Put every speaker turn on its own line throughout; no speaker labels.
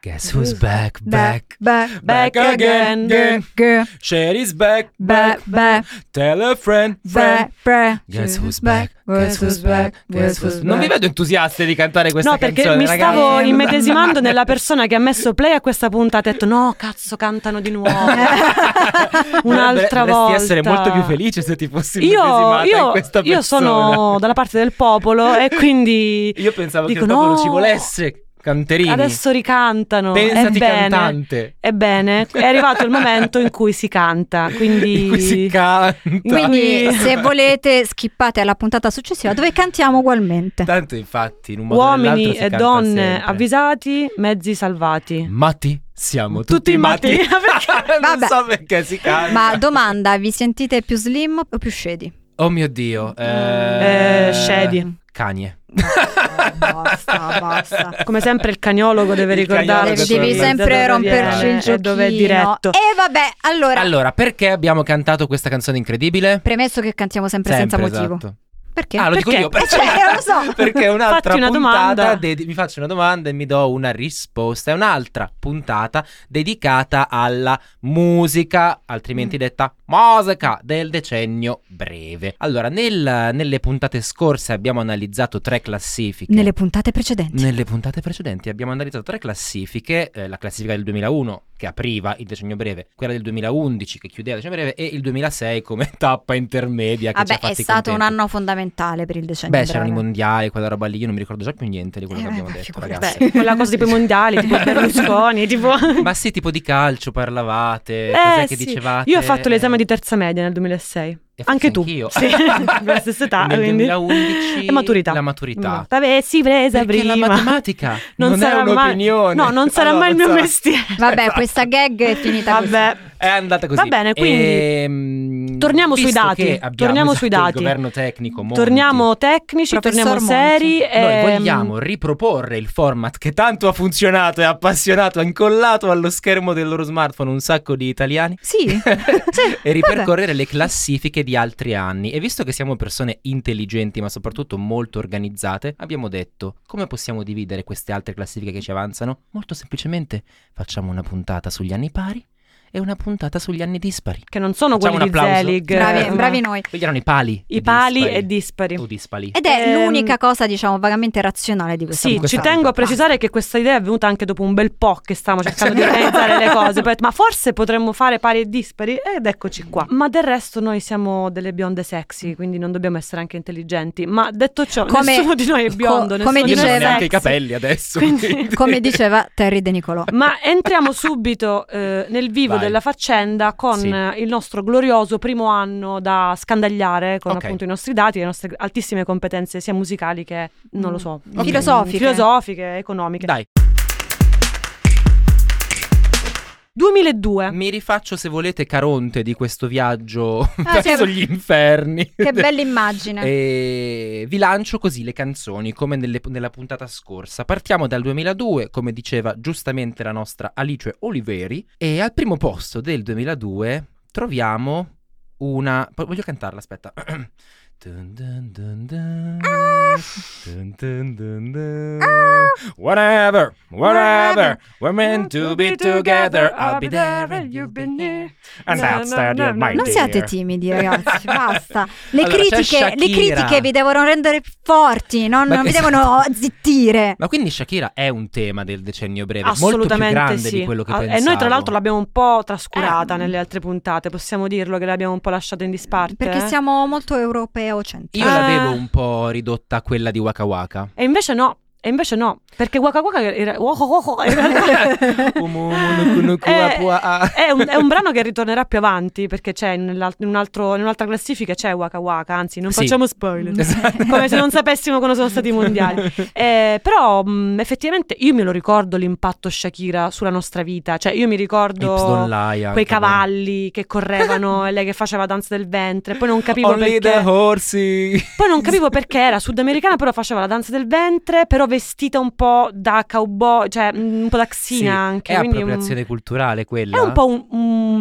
Guess who's back, back.
Beh,
Back again.
beh, beh,
Sherry's back,
beh,
back.
beh,
Tell a friend, friend.
beh, beh.
Guess who's back,
Guess who's back, guess who's
Non vi
back.
vedo entusiasti di cantare questa
no, perché
canzone,
mi
ragazzi.
stavo
Eh,
immedesimando nella persona che ha messo play a questa puntata e ha detto no, cazzo, cantano di nuovo. Un'altra
Dovresti
volta.
essere molto più felice se ti fossi
Io,
immedesimata in
io,
questa persona.
io sono dalla parte del popolo e quindi
Io pensavo
dico,
che il popolo
no,
ci volesse Canterini.
adesso ricantano.
Pensati
Ebbene,
cantante.
Ebbene, è arrivato il momento in cui si canta, quindi...
In cui si canta.
Quindi, se volete, skippate alla puntata successiva dove cantiamo ugualmente.
Tanto infatti, in un modo o
Uomini
nell'altro si
e
canta
donne
sempre.
avvisati, mezzi salvati.
Matti, siamo
Tutti
tutti,
matti. Ah,
matti. non
Vabbè.
so perché si canta.
Ma domanda, vi sentite più slim o più shady?
Oh mio Dio.
Eh, Shady.
Canie.
basta, basta.
Come sempre il cagnologo deve
Il
ricordarci.
cagnologo
Devi
Naturalmente,
sempre
dove
romperci
viene
il giochino.
e dove è diretto.
E vabbè, allora,
Allora, perché abbiamo cantato questa canzone incredibile?
premesso che cantiamo sempre, senza motivo.
esatto.
Perché?
Ah, lo
Perché?
dico io.
Eh, cioè, non lo so.
Perché è un'altra
Fatti una domanda.
puntata. dedi- mi faccio una domanda e mi do una risposta. È un'altra puntata dedicata alla musica, altrimenti
Mm.
detta musica del decennio breve. Allora, nel- nelle puntate scorse abbiamo analizzato tre classifiche.
Nelle puntate precedenti.
Nelle puntate precedenti abbiamo analizzato tre classifiche, eh, la classifica del 2001 che apriva il decennio breve, quella del 2011 che chiudeva il decennio breve e il 2006 come tappa intermedia
Ah
che ci
Vabbè,
ha
è
fatti
stato un
contenti.
anno fondamentale per il decennio.
Beh,
breve.
c'erano i mondiali, quella roba lì, io non mi ricordo già più niente di quello
Eh,
che abbiamo
vabbè,
detto,
figurati.
ragazzi.
Beh, quella cosa tipo i mondiali, tipo Berlusconi, tipo...
Ma sì, tipo di calcio parlavate,
Eh,
cos'è che
sì.
dicevate?
Io ho fatto l'esame di terza media nel 2006.
Eh, forse
Anche tu.
anch'io.
Sì, la stessa età.
Nel
quindi.
2011
E maturità.
la maturità.
T'avessi presa
Perché
prima.
la matematica non,
sarà
è
Mai...
un'opinione.
No, non sarà
Ah,
mai il
non
mio
sarà. Eh,
mestiere.
Esatto.
Vabbè, questa gag è finita così.
Vabbè.
È andata così.
Va bene, quindi
Ehm,
torniamo sui
visto
dati,
che abbiamo,
torniamo
esatto,
sui dati.
Il governo tecnico. Monti,
Torniamo tecnici,
Professor
torniamo
Monti.
seri.
Noi
ehm,
vogliamo riproporre il format che tanto ha funzionato e appassionato, ha incollato allo schermo del loro smartphone un sacco di italiani.
Sì. Sì,
e ripercorrere le classifiche di altri anni. E visto che siamo persone intelligenti, ma soprattutto molto organizzate, abbiamo detto come possiamo dividere queste altre classifiche che ci avanzano? Molto semplicemente facciamo una puntata sugli anni pari e una puntata sugli anni dispari.
Che non sono
Facciamo
quelli di
un applauso.
Zelig.
Bravi,
eh,
bravi
ma-
noi.
Quelli erano i pali.
I pali
dispari.
e dispari.
O dispari.
Ed è
Ehm,
l'unica cosa, diciamo, vagamente razionale di questa
Sì,
puntata.
ci
Ah.
tengo a precisare che questa idea è venuta anche dopo un bel po' che
Eh,
stavamo cercando di organizzare le cose. Poi ho detto, ma forse potremmo fare pari e dispari ed eccoci qua. Ma del resto noi siamo delle bionde sexy, quindi non dobbiamo essere anche intelligenti. Ma detto ciò,
Come-
nessuno di noi è
co-
biondo,
come
nessuno di
Io non
noi
ho
è
diceva-
neanche i
sexy.
capelli adesso.
Quindi-
quindi-
Come diceva Terry De Nicolò.
Ma entriamo subito eh, nel vivo
Vai.
della faccenda con
Sì.
eh, il nostro glorioso primo anno da scandagliare con
Ok.
appunto i nostri dati, le nostre altissime competenze sia musicali che non lo so,
Mm. Filosofiche.
filosofiche, economiche.
Dai,
2002.
mi rifaccio se volete Caronte di questo viaggio
Ah,
verso
che-
gli inferni.
Che bella immagine.
E vi lancio così le canzoni come nelle- nella puntata scorsa. Partiamo dal 2002, come diceva giustamente la nostra Alice Oliveri. E al primo posto del 2002 troviamo una. po- Voglio cantarla, aspetta. Dun dun dun dun.
Ah!
Dun dun dun dun. Whatever, whatever, we're meant to be together. I'll be there and you'll be near. And that's that you're my
Non
dear.
siate timidi, ragazzi, basta. Le,
Allora, c'è
critiche, le
Shakira.
critiche vi devono rendere forti, non,
Ma
non vi
che-
devono zittire.
Ma quindi Shakira è un tema del decennio breve, molto più
Assolutamente
grande
sì.
di quello che
Ah,
pensavo.
e noi tra l'altro l'abbiamo un po' trascurata
Eh.
nelle altre puntate, possiamo dirlo che l'abbiamo un po' lasciata in disparte.
Perché
eh?
siamo molto europeocentrici.
Io
Ah.
l'avevo un po' ridotta a quella di Waka Waka.
E invece no, è E invece no, perché Waka Waka era, Waka Waka in realtà-
Umu, umu, nuku, nuku,
Eh,
apu, a- a.
è, un, è un brano che ritornerà più avanti perché c'è nell'al- in, un altro- in un'altra classifica c'è Waka Waka, anzi non
Sì.
facciamo spoiler.
Esatto.
Come se non sapessimo quando sono stati i mondiali. Eh, però mh, effettivamente io me lo ricordo l'impatto Shakira sulla nostra vita, cioè io mi
Hips don't
ricordo
lie anche,
quei cavalli che correvano e lei che faceva danza del ventre, poi non
beh.
capivo
Only the
perché
horsey.
poi non capivo perché era sudamericana, però faceva la danza del ventre, però vestita un po' da cowboy, cioè mm, un po' da
Sì,
xina anche.
È
quindi un-
appropriazione culturale quella.
È un po' un,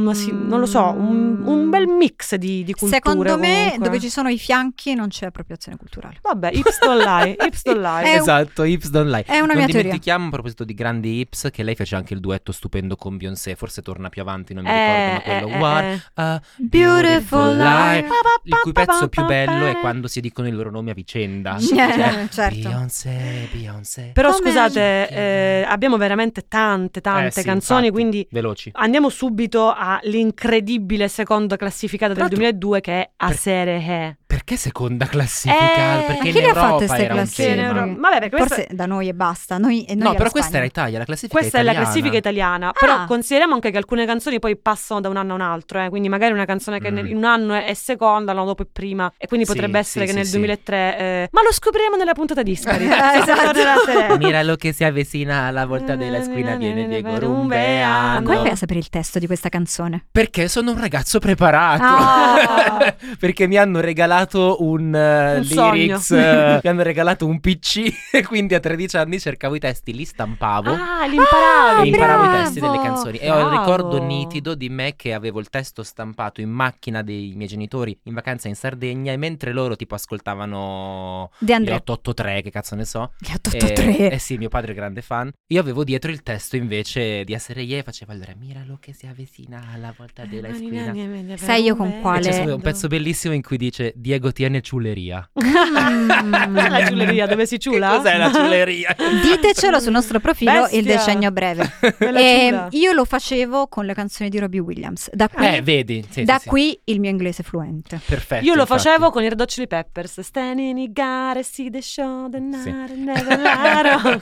un- sì, non lo so, un, un bel mix di, di culture.
Secondo me,
comunque.
dove ci sono i fianchi non c'è appropriazione culturale.
Vabbè, hips don't lie, hips don't lie.
È un-
Esatto, Hips Don't Lie.
è una
non
mia teoria.
dimentichiamo a proposito di grandi Hips che lei fece anche il duetto stupendo con Beyoncé, forse torna più avanti, non mi
Eh,
ricordo, ma
Eh,
quello What a Beautiful Lie. Il cui pezzo più bello è quando si dicono i loro nomi a vicenda.
Sì,
Cioè,
Eh, certo.
Beyoncé, Beyoncé.
Però
Come-
scusate, eh, abbiamo veramente tante, tante
Eh sì,
canzoni,
infatti,
quindi
veloci.
andiamo subito all'incredibile seconda classificata del
Però tu-
2002 che è A
Per-
Sere He.
Perché seconda classifica?
Eh,
perché
ma
in
chi le ha fatte
Europa
ste
era un
classifiche?
tema.
Euro-
Vabbè, perché questa,
Forse da noi e basta. Noi, e noi
No,
alla
però questa
Spagna.
era Italia, la classifica
Questa è la
italiana.
classifica italiana,
Ah.
però consideriamo anche che alcune canzoni poi passano da un anno a un altro, eh, quindi magari una canzone che
Mm.
nel- in un anno è, è seconda, l'anno dopo è prima, e quindi
Sì,
potrebbe essere
sì,
che
sì,
nel
sì.
2003... eh, ma lo scopriremo nella puntata dispari.
Eh, esatto.
Miralo che si avvicina alla volta della squina viene Diego
Ma
Rumbeano.
come fai a sapere il testo di questa canzone?
Perché sono un ragazzo preparato.
Ah.
Perché mi hanno regalato un, eh,
Un
lyrics,
sogno.
eh, mi hanno regalato un PC e quindi a 13 anni cercavo i testi, li stampavo.
Ah, l'imparavi.
Ah,
e imparavo
bravo.
i testi delle canzoni e ho il
Bravo.
ricordo nitido di me che avevo il testo stampato in macchina dei miei genitori in vacanza in Sardegna e mentre loro tipo ascoltavano
De
gli
Andrea.
883 che cazzo ne so
Gli 883.
eh, eh sì, mio padre è grande fan. Io avevo dietro il testo invece di essere Ye faceva allora miralo che si avvicina alla volta
Eh, Ah,
della squina. E
Sai io con quale-
c'è un pezzo bellissimo in cui dice Diego tiene ciuleria.
Mm.
la giuleria dove si ciula?
Che cos'è la ciuleria?
Ditecelo sul nostro profilo il
Bestia.
decennio breve.
Quella
E
ciula.
io lo facevo con le canzoni di Robbie Williams. Da qui,
Eh, vedi, sì,
da
sì, sì.
qui il mio inglese fluente.
Perfetto.
Io lo
infatti.
facevo con i Red Hot Chili Peppers. Standing in gare, see the show, the
Sì.
night, never let go.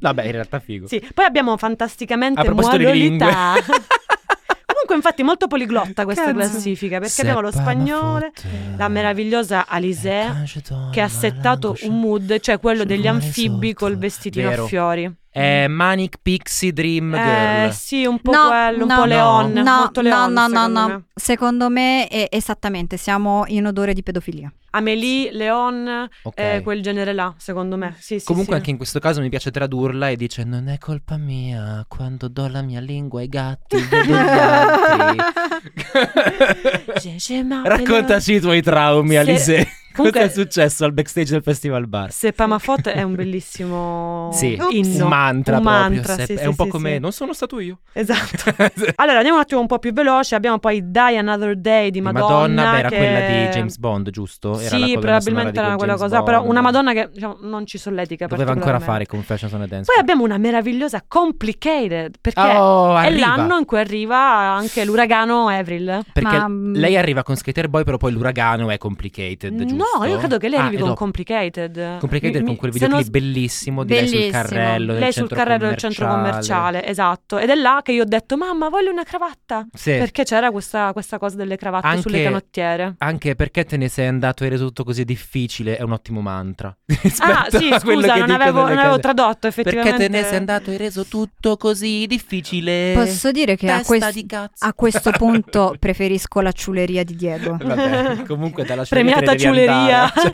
no, beh, in realtà figo.
Sì, poi abbiamo fantasticamente
A proposito di lingue.
Mualolità. Comunque, infatti, molto poliglotta questa classifica perché abbiamo lo spagnolo, la meravigliosa
Eh,
Alizé che ha settato un mood, cioè quello degli anfibi col vestitino
Vero.
a fiori.
Eh, Manic Pixie Dream Girl.
Eh, sì, un po' quello, un po' Leon,
no,
molto Leon.
no, no,
secondo
no,
me.
no. Secondo me è esattamente, siamo in odore di pedofilia.
Amélie, Leon,
Ok.
eh, quel genere là, secondo me. Sì, sì,
Comunque
sì.
anche in questo caso mi piace tradurla e dice non è colpa mia quando do la mia lingua ai gatti vedo gli altri.
Je- je m'appelle-
Raccontaci i tuoi traumi
Se-
Alise.
comunque-
Cosa è successo al backstage del Festival Bar?
Se Pamafot è un bellissimo
Sì,
inno.
un mantra
Un
proprio,
mantra,
se-
sì,
è
sì,
un po'
sì,
come
sì.
non sono stato io.
Esatto. Allora, andiamo un attimo un po' più veloce. Abbiamo poi Die Another Day di Madonna.
beh, era
che-
quella di James Bond, giusto? Era la
sì,
colonna sonora
probabilmente
di
era
quel
quella
James
cosa. Però
Bond.
una Madonna che diciamo, non ci solletica
doveva ancora
particolarmente.
fare Confessions on a Dance.
Poi abbiamo una meravigliosa Complicated perché
Oh,
è
arriva.
l'anno in cui arriva anche l'uragano Avril.
Perché
Ma, mm,
lei arriva con Skater Boy, però poi l'uragano è complicated, giusto?
No, io credo che lei
Ah,
arrivi
e
con
dopo.
Complicated.
Complicated
Mi- mi-
con quel
se
video
non
lì bellissimo di lei sul
Bellissimo.
carrello del
Lei sul
centro
carrello del centro commerciale, esatto. Ed è là che io ho detto: Mamma, voglio una cravatta.
Sì.
Perché c'era questa, questa cosa delle cravatte
Anche-
sulle canottiere.
Anche perché te ne sei andato e hai reso tutto così difficile è un ottimo mantra.
Ah,
Rispetto
sì,
a quello
scusa,
che
non
dicono
avevo,
le
non avevo
case.
tradotto effettivamente.
Perché te ne sei andato e hai reso tutto così difficile?
mm, Posso dire che a,
Testa
quest- Ah,
di cazzo.
a questo punto preferisco la ciuleria di Diego.
Vabbè, comunque dalla ciuleria te
Premiata
ne devi
ciuleria.
andare, cioè.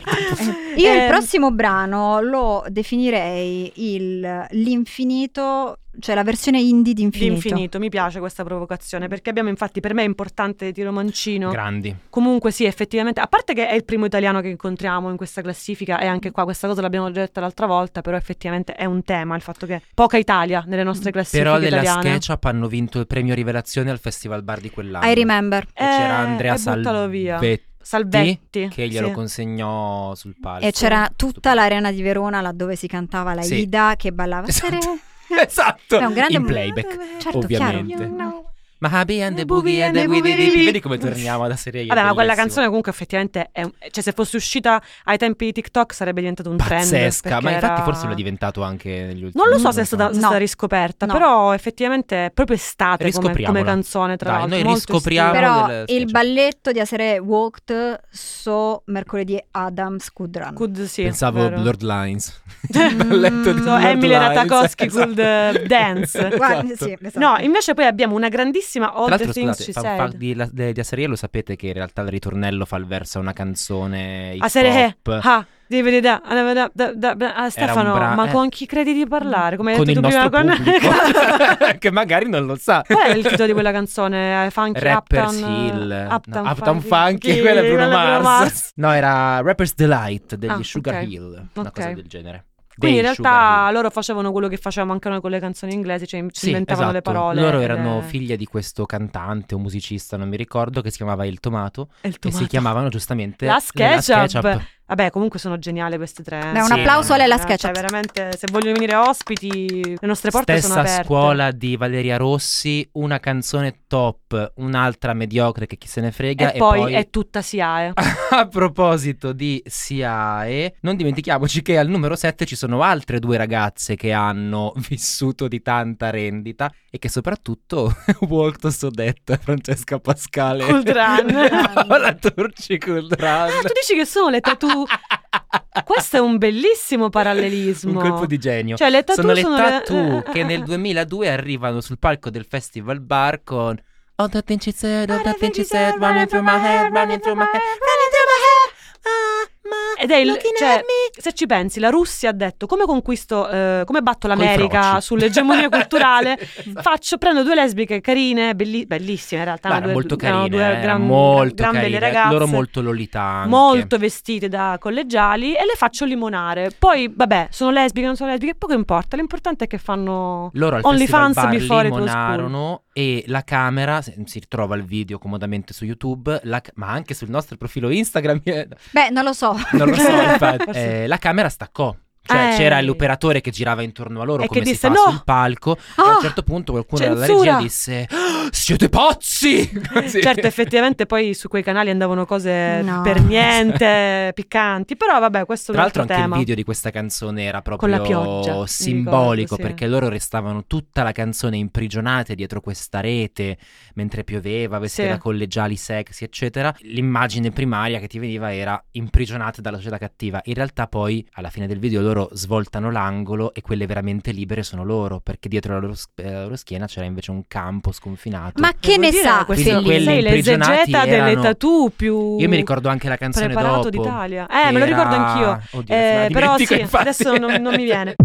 Eh, Io il
Ehm,
prossimo brano lo definirei il- l'infinito, cioè la versione indie di infinito.
L'infinito, mi piace questa provocazione perché abbiamo infatti per me è importante Tiro Mancino.
Grandi.
Comunque sì, effettivamente, a parte che è il primo italiano che incontriamo in questa classifica e anche qua questa cosa l'abbiamo già detta l'altra volta, però effettivamente è un tema il fatto che poca Italia nelle nostre classifiche
Però della
italiane.
SketchUp hanno vinto il premio rivelazione al Festival Bar di quell'anno.
I remember.
E c'era
Eh,
Andrea
e buttalo via.
Salvetti
Salvetti.
che glielo
sì.
consegnò sul palco.
E c'era tutta
Stupendo.
l'arena di Verona laddove si cantava la
Sì.
Ida che ballava.
Esatto. Esatto.
È un grande
in playback.
Certo,
ovviamente.
chiaro.
Mahabi and the Boogie and the Widi Vedi come torniamo alla serie.
Vabbè, ma quella
bellissimo.
canzone comunque effettivamente è un- cioè se fosse uscita ai tempi di TikTok sarebbe diventato un trend.
pazzesca,
perché
ma infatti
era-
forse l'ho diventato anche negli ultimi
Non lo so
anni,
se è stata, se è
No.
stata riscoperta,
No.
però effettivamente è proprio estate come, come
Riscopriamola.
canzone, tra
Dai,
l'altro.
noi
molto
riscopriamo-
estiva.
Però
Però
del sketch.
il balletto di essere walked so mercoledì Adams Could Run.
Could- sì,
Pensavo
vero.
Blurred Lines. Il balletto di
Mm,
So,
Blurred
Emily
Lines,
Ratajkowski
esatto.
Could eh, Dance.
Guarda,
Esatto.
sì, esatto.
No, invece poi abbiamo una grandissima All
Tra
the
l'altro,
Things She
scusate, fan- fan
Said.
di, la- de- di Asariello sapete che in realtà il ritornello fa il verso a una canzone
A serie
hip-hop
ah, devi vedere, ah, da- da- da- da- da- ah, Stefano,
bra-
ma
eh.
con chi credi di parlare? Come hai
con
detto
il
tu prima
nostro
con-
pubblico che magari non lo sa.
Qual è il titolo di quella canzone? Eh, Funky
Rappers
Uptown,
Hill, no,
Uptown,
Funky, quella è Bruno
quella è
Mars. No, era Rappers Delight degli
Ah,
Sugar
ok.
Hill, una cosa
Ok.
del genere.
Quindi in
Dei
realtà
Sugar Hill.
loro facevano quello che facevamo anche noi con le canzoni inglesi, cioè si
Sì,
inventavano le
esatto.
parole. Eh,
Loro
ed
erano
è-
figlie di questo cantante o musicista, non mi ricordo, che si chiamava Il Tomato,
è il
e si
tomato.
chiamavano giustamente
La Sketchup.
Sketchup.
Vabbè, comunque sono geniali queste tre. eh.
Beh, un
Sì,
applauso
no,
a Lela
Eh,
Sketchup.
Cioè, veramente, se vogliono venire ospiti, le nostre porte sono
Stessa
aperte.
scuola di Valeria Rossi, una canzone top, un'altra mediocre che chi se ne frega.
E poi è tutta SIAE.
A proposito di SIAE, non dimentichiamoci che al numero 7 ci sono altre due ragazze che hanno vissuto di tanta rendita e che soprattutto Walked So That, Francesca Pascale
Cultran.
e Paola Turci Cultran.
Ah, tu dici che sono le tattoo. Questo è un bellissimo
Un
parallelismo.
colpo di genio.
Cioè, le tattoo
sono
sono,
le tattoo
eh, eh,
che
eh,
nel
eh.
2002 arrivano sul palco del Festival Bar con All the things she said, all the things she said, running through my head, running through my head, running through my head. Ah, ma
Ed è il-
looking
cioè,
at me.
Se ci pensi, la Russia ha detto come conquisto, eh, come batto l'America
froci.
sull'egemonia culturale.
Sì, esatto.
Faccio, prendo due lesbiche carine, belli- bellissime in realtà.
No,
ma
erano
due,
molto
erano
carine,
due
eh,
gran,
molto
gran belle
carine, eh,
ragazze.
loro molto lolita anche.
Molto vestite da collegiali e le faccio limonare. Poi, vabbè, sono lesbiche, non sono lesbiche, poco importa. L'importante è che fanno.
Loro al
Only
Festival
fans
Bar
before it was
limonarono e la camera, se- si ritrova il video comodamente su YouTube, la ca- ma anche sul nostro profilo Instagram, eh,
Beh, non lo so.
non lo so, infatti,
Forse-
eh, la camera staccò. Cioè
Eh.
c'era l'operatore che girava intorno a loro
E
come
che
si
disse,
fa
"No!"
sul palco e a
Ah,
un certo punto qualcuno dalla
censura!
regia disse "Ah, siete pazzi! Così.
Certo, effettivamente poi su quei canali andavano cose
No.
per niente piccanti, però vabbè, questo è un
Tra l'altro
altro
anche
tema.
il video di questa canzone era proprio
la pioggia, mi ricordo,
simbolico
sì.
perché loro restavano tutta la canzone imprigionate dietro questa rete mentre pioveva, vestite
Sì.
da collegiali sexy, eccetera. L'immagine primaria che ti veniva era imprigionate dalla società cattiva. In realtà poi alla fine del video loro svoltano l'angolo e quelle veramente libere sono loro, perché dietro la loro, s- eh, la loro schiena c'era invece un campo sconfinato.
ma che
Vuol
ne
dire
sa
questo-
Quindi
Fellini?
quelli
Sei
imprigionati
l'esegeta delle
erano-
tattoo più
Io mi ricordo anche la canzone
preparato
dopo.
d'Italia. Eh, me lo ricordo anch'io.
Oddio,
Eh,
adesso me la
però
dimentico,
sì,
infatti.
adesso non, non mi viene.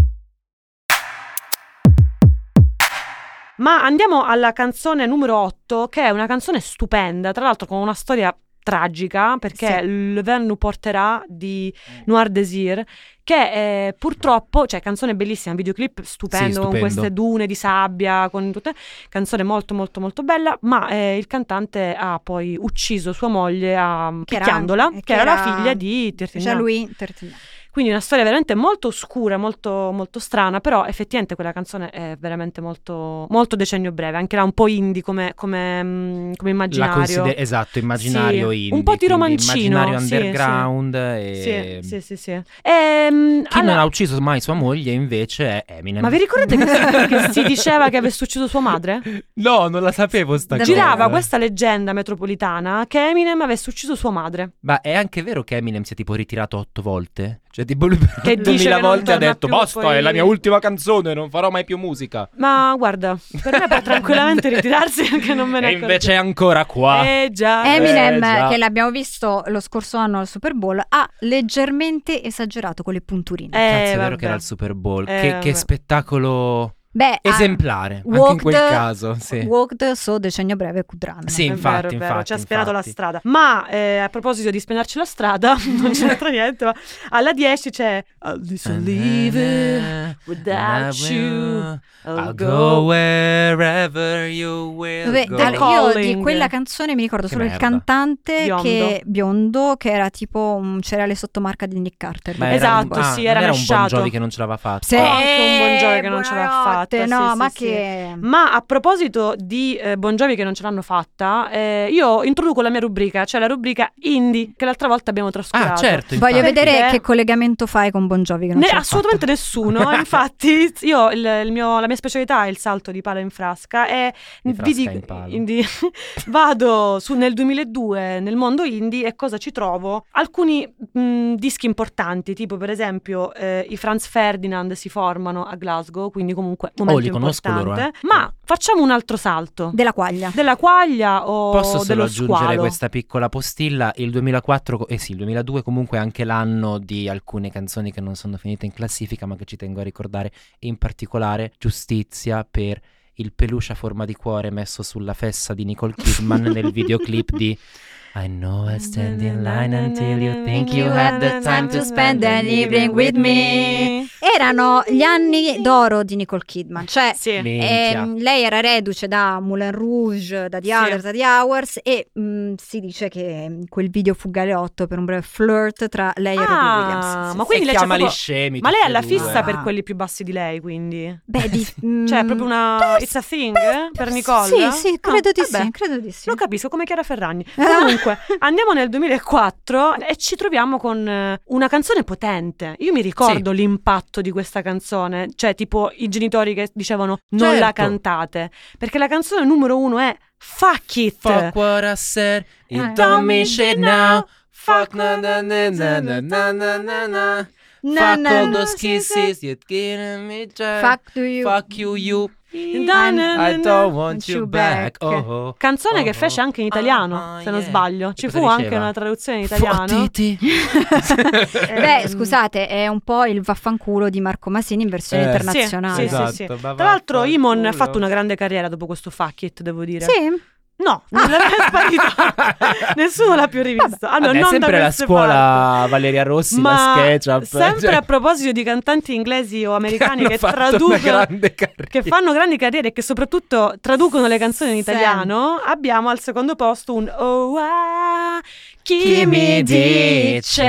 Ma andiamo alla canzone numero 8, che è una canzone stupenda, tra l'altro con una storia tragica, perché Le Vent nous porterà di
Mm.
Noir Désir, che eh, purtroppo, cioè canzone bellissima, videoclip stupendo,
Sì,
con
stupendo.
queste dune di sabbia, con tutte, canzone molto molto molto bella, ma eh, il cantante ha poi ucciso sua moglie a,
Che era-
picchiandola,
che
che era, la
era-
figlia di Tirtina.
Jean-Louis Tertignan.
Quindi una storia veramente molto oscura, molto, molto strana, però effettivamente quella canzone è veramente molto, molto decennio breve, anche là un po' indie come, come, mm, come
La
immaginario.
consider- esatto, immaginario
Sì,
indie,
un po' di
quindi
romancino,
Immaginario
sì, sì.
underground
Sì,
e...
sì, sì, sì. Ehm,
Chi
alla-
non ha ucciso mai sua moglie invece è Eminem.
Ma vi ricordate che, che si diceva che avesse ucciso sua madre?
No, non la sapevo sta
Davvero?
Girava
cosa.
questa leggenda metropolitana che Eminem avesse ucciso sua madre.
Ma è anche vero che Eminem si è tipo ritirato otto volte? Cioè tipo lui per
Che dice
8000
che non
volte ha
torna
detto
più,
basta,
poi-
è la mia ultima canzone, non farò mai più musica.
Ma guarda, per me può tranquillamente ritirarsi anche non me ne
E
accorgo.
invece è ancora qua.
Eh già.
Eminem,
Eh, già.
che l'abbiamo visto lo scorso anno al Super Bowl, ha leggermente esagerato con le punturine.
Cazzo, è vero
Eh, vabbè.
che era il Super Bowl.
Eh,
che, che
vabbè. Ah,
spettacolo
Beh, ha-
esemplare, anche in
Walked-
quel caso, sì.
Walked so decennio breve Kudran.
Sì,
È
infatti,
vero, è vero,
infatti,
ci ha spianato la
infatti.
strada. Ma eh, a proposito di spianarci la strada, non c'entra niente, ma alla 10 c'è I'll
Eh,
disbelieve without you, I'll
I'll go wherever you will
Vabbè,
go.
allora, io
Calling.
di quella canzone mi ricordo
Che
solo il
merda.
cantante
Biondo.
che biondo che era tipo un cereale sotto marca di Nick Carter.
Ma era
Esatto,
un- ah,
sì, era
non era un Bon
mesciato.
Jovi che non ce l'aveva Eh. fatta.
Sì.
Anche un buon Jovi che non ce l'ha
buonanotte. scusate,
esatto,
no,
sì,
ma
sì,
che...
Ma a proposito di eh, Bongiovi che non ce l'hanno fatta, eh, io introduco la mia rubrica, cioè la rubrica indie, che l'altra volta abbiamo trascurato.
Ah, certo.
Voglio
infatti.
Perché-
vedere che collegamento fai con Bongiovi che non
Ne-
ce l'ha
assolutamente
fatta.
nessuno, infatti io il, il mio- la mia specialità è il salto di palo in frasca e
Di
vi
frasca
dico-
in palo.
di- vado su, nel 2002 nel mondo indie e cosa ci trovo? Alcuni mh, dischi importanti, tipo per esempio eh, i Franz Ferdinand si formano a Glasgow, quindi comunque momento
Oh, li conosco loro,
importante.
eh.
Ma facciamo un altro salto.
Della quaglia.
della quaglia o
Posso solo
dello
aggiungere
squalo?
questa piccola postilla? Il 2004, co- eh sì, il 2002 comunque è anche l'anno di alcune canzoni che non sono finite in classifica, ma che ci tengo a ricordare, in particolare Giustizia per il peluche a forma di cuore messo sulla fessa di Nicole Kidman nel videoclip di I know I stand in line until you
Eh,
think you had the time to spend an evening with me.
Erano gli anni d'oro di Nicole Kidman, cioè
Sì.
Minchia.
ehm, lei era reduce da Moulin Rouge, da The Others, da The Hours e mh, si dice che quel video fu galeotto per un breve flirt tra lei e Robbie
Ah,
Williams.
ma quindi lei
e
c'è
chiamali
proprio...
scemi.
Ma lei
tutti
ha la
e due.
fissa
Ah.
per quelli più bassi di lei, quindi.
Beh, di-
Cioè, è
mm,
proprio una.
per-
It's a thing eh,
per-
per Nicole?
Sì, sì, credo
Ah,
di
vabbè.
sì, credo di sì.
Lo capisco, come Chiara Ferragni.
Ah.
Comunque, andiamo nel 2004 e ci troviamo con eh, una canzone potente. Io mi ricordo l'impatto di questa canzone, cioè tipo i genitori che dicevano non la
Certo.
cantate, perché la canzone numero uno è Fuck It.
Fuck what I said,
Ah.
you don't mean shit now. Fuck na na na na na na na na na.
Na,
Fuck
na,
all
na.
those kisses, you're giving me joy.
Fuck do you.
Fuck you, you.
Na, na, na,
I
na.
don't want you back. Oh, oh.
Canzone che
Oh,
fece anche in italiano,
Ah,
se non
yeah.
sbaglio. Ci
E
fu
cosa
anche
diceva?
una traduzione in italiano.
Fottiti.
Beh,
Mm.
scusate, è un po' il vaffanculo di Marco Masini in versione
Eh, sì,
internazionale.
sì,
Esatto,
sì. Tra l'altro, Imon ha fatto una grande carriera dopo questo fuck it, devo dire.
Esatto.
Sì?
No, non l'aveva sparita. Nessuno l'ha più rivista. Ah, no,
Vabbè,
non da
sempre la
queste
scuola
parti.
Valeria Rossi,
Ma
la SketchUp.
sempre
cioè,
a proposito di cantanti inglesi o americani
hanno
che
fatto una
traducono
grande carriera.
che fanno grandi carriere e che soprattutto traducono le canzoni in italiano, abbiamo al secondo posto un Oh ah, chi, mi
Chi mi
dice?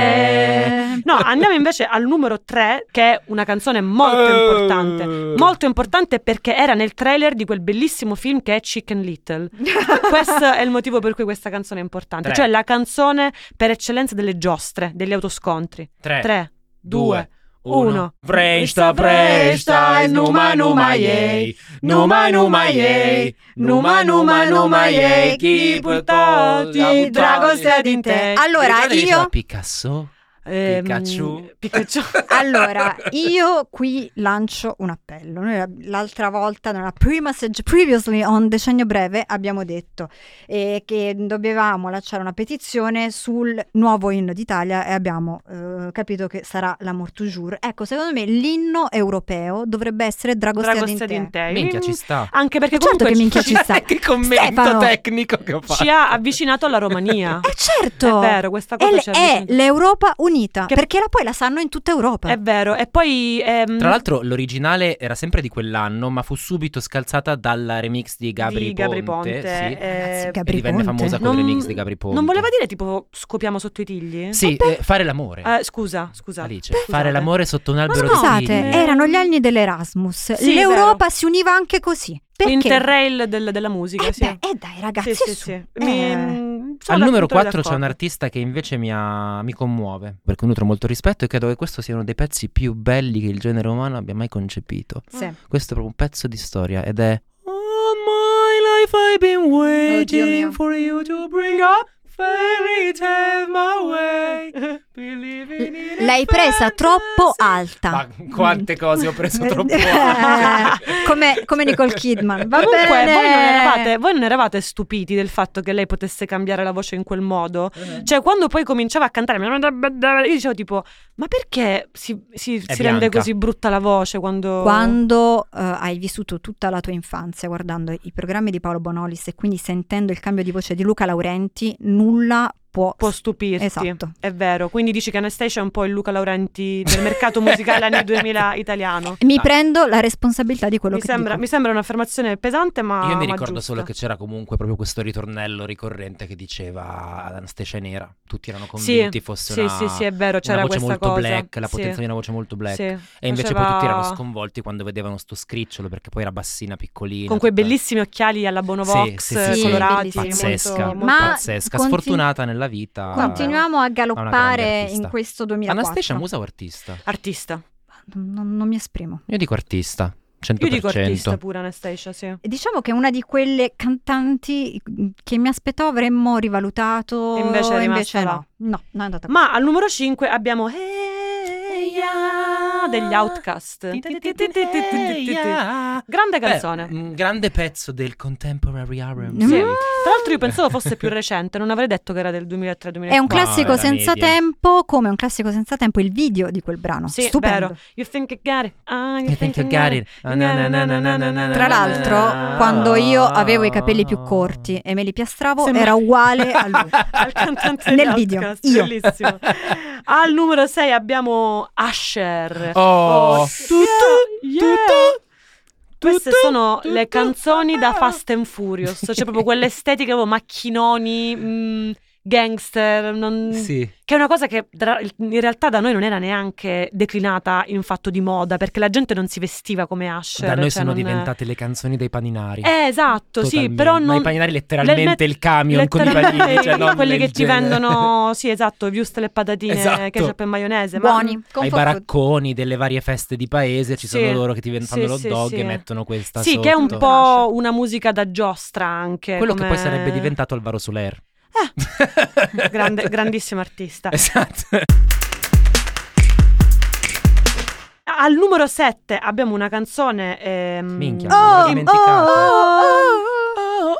dice?
No, andiamo invece al numero 3 che è una canzone molto
Eh.
importante. Molto importante perché era nel trailer di quel bellissimo film che è Chicken Little. Questo è il motivo per cui questa canzone è importante,
Tre.
cioè la canzone per eccellenza delle giostre, degli autoscontri.
Tre,
3 2 uno.
Vresta, vresta, numa, numa, yei. Numa, numa, yei. Numa, numa, numa, yei. Chi portati,
Il drago sia di te.
Allora, io...
Picasso. Pikachu.
Ehm, Pikachu.
Allora, io qui lancio un appello. Noi ab- l'altra volta, nella prima seg- previously on Decennio Breve, abbiamo detto eh, che dovevamo lanciare una petizione sul nuovo inno d'Italia e abbiamo eh, capito che sarà l'amour toujours. Ecco, secondo me l'inno europeo dovrebbe essere Drago
Drago
Stia
sia
di
di
te.
te. Mm.
Minchia, ci sta.
Anche perché
Certo
comunque
che minchia ci sta.
che commento
Stefano.
tecnico che ho fatto.
ci ha avvicinato alla Romania.
Eh certo!
È vero, questa
È,
cosa
l-
ci ha
è
avvicinato.
l'Europa unita,
Che-
perché la poi la sanno in tutta Europa.
È vero, e poi ehm,
Tra l'altro l'originale era sempre di quell'anno, ma fu subito scalzata dalla remix di Gabri,
di Gabri Ponte,
sì.
eh,
Ragazzi,
e
E
Gabri
divenne
Ponte.
famosa con il
Non-
remix di Gabri Ponte.
non voleva dire tipo scopiamo sotto i tigli?
Sì, eh, fare l'amore.
Eh, scusa, scusa.
Alice,
Scusate.
fare l'amore sotto un
Ma
albero di
scusate,
figli.
eh,
erano gli anni dell'Erasmus.
Sì,
L'Europa si univa anche così. Perché?
Interrail del- della musica,
Eh
sì.
beh, eh dai ragazzi,
sì, sì,
su.
sì.
Eh,
Mi- sono
Al
da-
numero
sono
4 c'è un
d'accordo.
artista che invece mi, ha- mi commuove, per cui nutro molto rispetto e credo che questo sia uno dei pezzi più belli che il genere umano abbia mai concepito.
sì.
Questo è proprio un pezzo di storia ed è All my life I've been
Oddio mio.
waiting for you to bring up fairy tales my way Believing in it
L'hai presa
fantasy.
troppo alta.
Ma quante cose ho preso troppo
Eh,
alte.
come, come Nicole Kidman. Va
Comunque,
bene.
voi non, eravate, voi non eravate stupiti del fatto che lei potesse cambiare la voce in quel modo?
Eh.
Cioè, quando poi cominciava a cantare, io dicevo tipo, ma perché si, si-
È
si rende
bianca.
così brutta la voce quando...
Quando eh, hai vissuto tutta la tua infanzia guardando i programmi di Paolo Bonolis e quindi sentendo il cambio di voce di Luca Laurenti, nulla può,
può stupirti.
Esatto.
È vero. Quindi dici che Anastasia è un po' il Luca Laurenti del mercato musicale anni 2000 italiano.
Mi
Ah.
prendo la responsabilità di quello
Mi
che
sembra,
dico.
mi sembra un'affermazione pesante, ma.
Io
ma
mi ricordo
giusta.
solo che c'era comunque proprio questo ritornello ricorrente che diceva Anastasia è nera. Tutti erano
Sì,
convinti fosse
sì,
una,
sì, sì, è vero, c'era
una voce
questa
molto
cosa.
black, la
Sì.
potenza di una voce molto black.
Sì.
E invece poi
Faceva-
tutti erano sconvolti quando vedevano sto scricciolo perché poi era bassina, piccolina.
Con quei
tutta-
bellissimi occhiali alla Bonovox,
Sì, sì, sì, sì.
colorati,
Pazzesca,
molto-
Ma-
pazzesca,
continu-
sfortunata nella vita.
Continuiamo a galoppare
artista.
in questo 2004.
Anastasia Musa o artista?
Artista.
Non, non mi esprimo.
Io dico artista, 100%.
Io dico artista pure Anastasia, sì.
Diciamo che è una di quelle cantanti che mi aspettavo avremmo rivalutato.
Invece è
invece no.
rimasta
No, non è andata così.
Ma al numero 5 abbiamo Eia degli Outcast. Grande
Beh, mm.
canzone.
un grande pezzo del contemporary R&B.
Mm.
Sì. Tra l'altro io pensavo fosse più recente, non avrei detto che era del 2003-2004.
È un classico
era
senza
media.
tempo, come un classico senza tempo il video di quel brano.
Sì,
Stupendo.
vero. You think I got it. Ah, you
I think I got it. Ah, na, na, na, na, na, na, na,
Tra
na,
l'altro,
na.
quando io avevo i capelli più corti e me li piastravo,
Sembra-
era uguale a lui.
Al cantante
Nel
degli
video,
Outcast,
io.
Bellissimo. Al numero 6 abbiamo Asher.
Oh,
Tutto, tutto. Queste sono le
tutto.
canzoni
Ah.
da Fast and Furious, cioè proprio quell'estetica, proprio macchinoni, mh, gangster, non-
sì.
che è una cosa che dra- in realtà da noi non era neanche declinata in fatto di moda, perché la gente non si vestiva come Asher.
Da noi
cioè
sono
non-
diventate le canzoni dei paninari.
Eh, esatto, sì,
Totalmente.
però
Ma
non...
i paninari
le-
letteralmente il camion con i
letteralmente
panini, cioè non
quelli
del
che ti
genere.
vendono, sì, esatto, viustole e patatine,
Esatto.
ketchup e maionese. ma-
Buoni,
ai
comfort food.
baracconi delle varie feste di paese ci
Sì.
sono loro che ti
Sì,
fanno l'hot
sì,
dog
sì.
e mettono questa
Sì, che è un
sotto.
po' una musica da giostra anche.
quello che
come- Ah,
poi sarebbe diventato Alvaro Soler
Grande- grandissimo artista.
esatto
Al numero 7 abbiamo una canzone. ehm,
Minchia,
Oh,
l'ho
oh,
dimenticata.
oh, oh,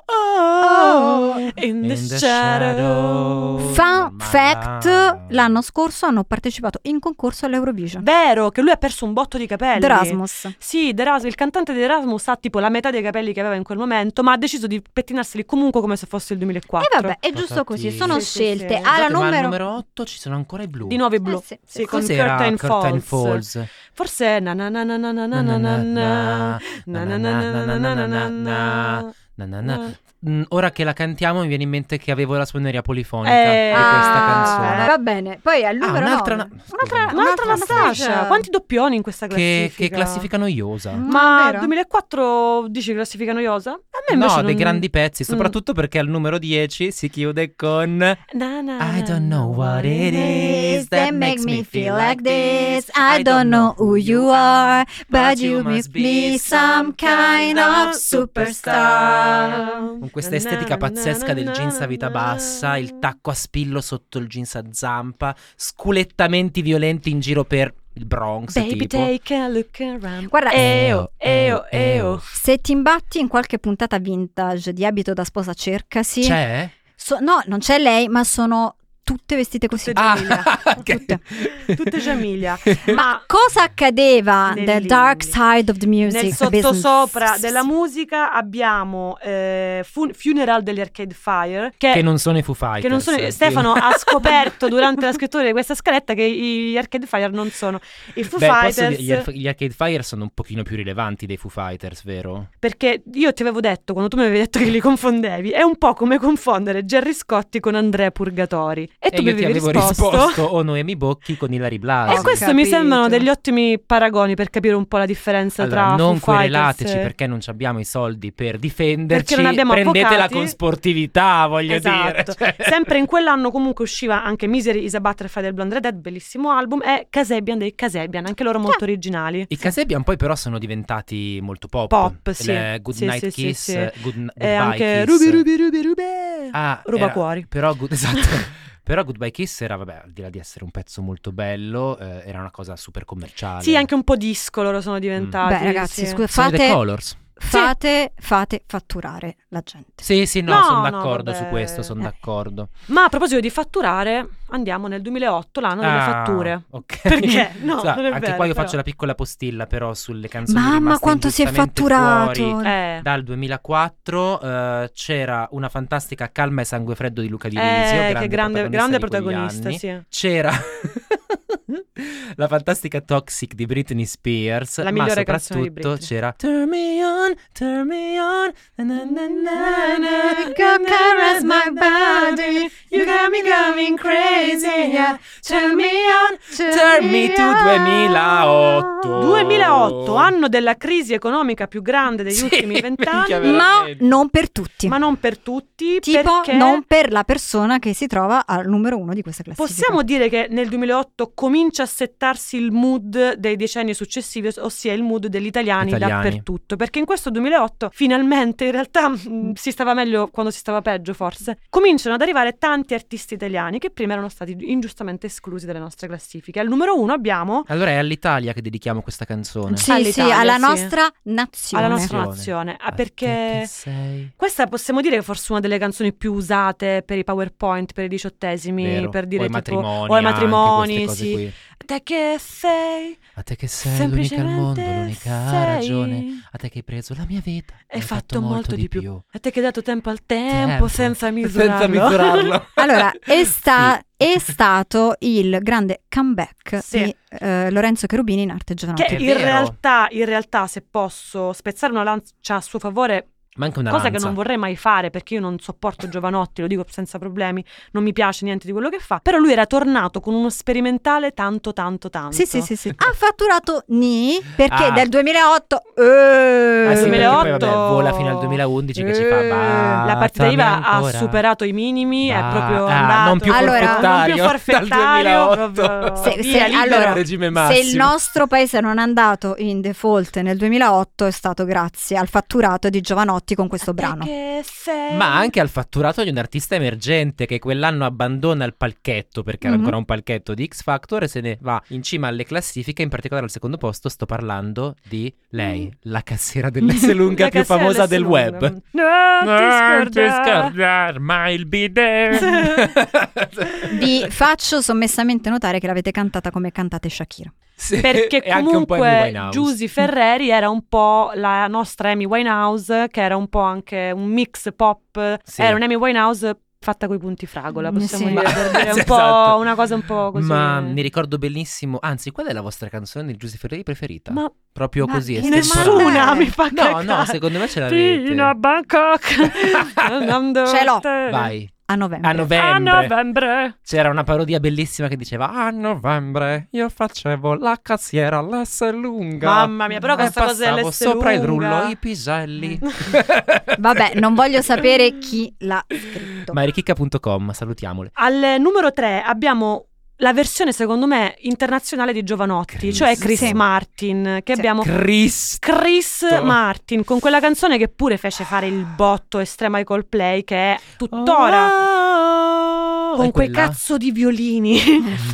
oh, oh.
In the
In the
shadow.
shadow.
Fun
Mamma.
fact, l'anno scorso hanno partecipato in concorso all'Eurovision.
Vero che lui ha perso un botto di capelli.
Erasmus.
Sì, The Rasmus- il cantante di Erasmus ha tipo la metà dei capelli che aveva in quel momento, ma ha deciso di pettinarseli comunque come se fosse il 2004.
E
Eh,
vabbè, è giusto così, sono
Sì, sì,
scelte.
sì.
Alla
Scusate, esatto, ma al
numero...
numero 8 ci sono ancora i blu
Di nuovo i blu.
Eh, sì, sì.
Sì, con
Cos'era
Curtain,
Curtain
Falls.
Falls?
Forse na na na na na na na
Na,
na
na,
na na na na
na, na,
na na na na
na,
na. Ah,
na, na, na. Mm, ora che la cantiamo mi viene in mente che avevo la suoneria polifonica
Eh,
di questa
ah,
canzone
Eh, Va bene, poi al
Ah,
numero
un'altra
nove.
na-
Un'altra,
scusami.
Un'altra Anastasia, quanti doppioni in questa
che,
classifica?
che classifica noiosa
Ma
Vero?
2004 dici classifica noiosa? A me Eh, invece
no
non... Mm.
dei grandi pezzi soprattutto perché al numero 10 si chiude con
Na, na,
I don't know what it is that makes me feel like this.
I don't know who you are, but you must be some kind of superstar.
Con questa estetica pazzesca del jeans a vita bassa, il tacco a spillo sotto il jeans a zampa, sculettamenti violenti in giro per il Bronx,
Baby
tipo.
take a look around
Guarda-
Eh.
Eo, eo, eo
Se ti imbatti in qualche puntata vintage di abito da sposa cercasi,
C'è?
so- no, non c'è lei, ma sono tutte vestite così.
Ah,
Ah,
Tutte Giulia.
ok.
Tutte.
Tutte Giamilia
Ma cosa accadeva The
Nell'indie.
Dark Side of the Music?
Nel
business?
sottosopra della musica abbiamo eh, fun- Funeral degli Arcade Fire che,
Che non sono i Foo Fighters.
Eh, che non sono-
Dio.
Stefano ha scoperto durante la scrittura di questa scaletta che gli Arcade Fire non sono i Foo
Beh, posso
Fighters
dire, gli, Arf- gli Arcade Fire sono un pochino più rilevanti dei Foo Fighters, vero?
perché io ti avevo detto quando tu mi avevi detto che li confondevi è un po' come confondere Gerry Scotti con Andrea Purgatori e tu mi
Eh, io ti
avevi Eh,
avevo risposto, o Noemi Bocchi con Hilary Blasi.
E
Ho
questo mi
capito.
sembrano degli ottimi paragoni per capire un po' la differenza
Allora,
Esatto, tra
non
Foo Fighters
querelateci
e-
perché non ci abbiamo i soldi per difenderci.
Perché non abbiamo
Prendetela
avvocati.
con sportività, voglio
Esatto.
dire. Cioè-
Sempre in quell'anno comunque usciva anche Misery is a Butterfly del Blonde Red Dead, bellissimo album, e Casebian dei Casebian, anche loro molto
Ah.
Sì.
originali.
I Casebian poi però sono diventati molto pop.
Pop, sì.
Il Good
Sì,
Night
sì, sì,
Kiss,
sì.
Good, Goodbye
E anche
Kiss.
Ruby Ruby Ruby Ruby
Ah,
Ruba
era-
cuori.
Però, good- esatto. Però Goodbye Kiss era, vabbè, al di là di essere un pezzo molto bello, eh, era una cosa super commerciale.
Sì, anche un po' disco loro sono diventati.
Beh, ragazzi,
sì.
scu-
Sono i The
fate,
Colors.
fate, fate fatturare la gente.
Sì, sì, no,
No,
sono
no,
d'accordo su
vabbè.
questo, sono
Eh.
d'accordo.
Ma a proposito di fatturare, andiamo nel 2008, l'anno delle
Ah,
fatture.
ok.
Perché? No,
Sa,
Oh, non è
anche
vero,
qua io
però.
faccio la piccola postilla però sulle canzoni
Mamma,
rimaste
quanto si è
ingiustamente
fatturato!
fuori.
Eh,
Dal 2004 eh, c'era una fantastica Calma e sangue freddo di Luca Di Lisio,
eh,
grande
che grande,
protagonista
grande
di quegli
protagonista,
anni.
sì.
C'era la fantastica Toxic di Britney Spears,
La
ma
migliore canzone di
soprattutto
Britney.
c'era Turn me on, turn me on, na na na na na,
Go caress my body,
you got me going crazy, yeah. Turn me on,
turn me to 2008.
2008, anno della crisi economica più grande degli
Sì,
ultimi
minchia,
vent'anni,
vero.
Ma
Veramente.
non per tutti.
ma non per tutti,
tipo,
perché
non per la persona che si trova al numero uno di questa classifica.
possiamo dire che nel 2008 comincia a settarsi il mood dei decenni successivi, os- ossia il mood degli italiani,
Italiani.
dappertutto, perché in questo 2008 finalmente in realtà
Mm.
mh, si stava meglio quando si stava peggio forse, cominciano ad arrivare tanti artisti italiani che prima erano stati ingiustamente esclusi dalle nostre classifiche. Al numero uno abbiamo
Allora è all'Italia che dedichiamo questa canzone.
Sì, sì,
All'Italia,
alla
sì.
nostra nazione.
alla nostra nazione, ah,
Te che
perché...
sei
Questa possiamo dire che forse è una delle canzoni più usate per i PowerPoint, per i diciottesimi,
vero,
per dire
o ai
tipo
matrimoni,
o ai
anche
matrimoni,
queste cose
sì.
qui.
Te che sei
A te che sei l'unica al
semplicemente
mondo, l'unica
sei.
ragione. A te che hai preso la mia vita
Hai fatto molto di più.
più.
A te che hai dato tempo al tempo,
Tempo.
senza misurarlo.
Allora, è, sta-
Sì.
è stato il grande comeback
Sì.
di eh, Lorenzo Cherubini in arte
che
Giovanotti.
è
in
vero.
realtà, in realtà, se posso spezzare una lancia a suo favore,
Ma anche una
cosa che
lanza.
non vorrei mai fare perché io non sopporto Giovanotti, lo dico senza problemi, non mi piace niente di quello che fa, però lui era tornato con uno sperimentale tanto tanto tanto.
Sì, sì, sì, sì. Ha fatturato Ni perché
Ah.
del 2008... eh,
Ah, sì, perché poi,
2008.
vabbè, vola fino al 2011 che ci fa
Eh,
"Bah,
La partita
fammi
IVA ha
ancora".
superato i minimi, è
Bah,
proprio
ah,
andato.
non più
Allora-
non
forfettario,
più forfettario,
dal 2008.
proprio
Se-
via,
se-
libero.
allora,
regime
se
massimo.
il nostro paese non è andato in default nel 2008 è stato grazie al fatturato di Giovanotti con questo brano.
Perché sei-
Ma anche al fatturato di un artista emergente che quell'anno abbandona il palchetto perché era
Mhm.
ancora un palchetto di X Factor e se ne va in cima alle classifiche, in particolare al secondo posto sto parlando di lei, la cassiera dell'S lunga
Mm. La
più
Cassiano
famosa
Alessi
del
Lunga.
web.
Non ti scordare.
ma il bidet.
Vi faccio sommessamente notare che l'avete cantata come cantate Shakira.
Perché comunque Giusy Ferreri era un po' la nostra Amy Winehouse, che era un po' anche un mix pop,
Sì.
era un'Amy Winehouse fatta coi punti fragola,
Mm,
possiamo
sì.
dire,
Ma-
per dire, un
Esatto.
po' una cosa un po' così.
Ma mi ricordo benissimo, anzi, qual è la vostra canzone di Giusy Ferreri preferita?
Ma
Proprio
Ma
così,
che
estemporanea.
nessuna
temporale.
mi fa
No,
cacare.
no, secondo me ce l'avete.
Fino a Bangkok.
Ce l'ho.
Vai.
A
A
novembre.
A
novembre.
novembre.
C'era una parodia bellissima che diceva A novembre io facevo la cassiera all'S lunga.
Mamma mia, però
E
questa cosa
Eh, passavo
dell'S
sopra il
lunga.
rullo i piselli.
Vabbè, non voglio sapere chi l'ha scritto.
Marichicca.com, salutiamole.
Al numero 3 abbiamo la versione, secondo me, internazionale di Giovanotti,
Chris.
cioè Chris
Sì.
Martin, che
Sì.
abbiamo
Chris.
Chris
Tutto.
Martin con quella canzone che pure fece fare il botto estrema ai Coldplay che è tuttora
Oh,
con
è
quei
quella?
cazzo di violini.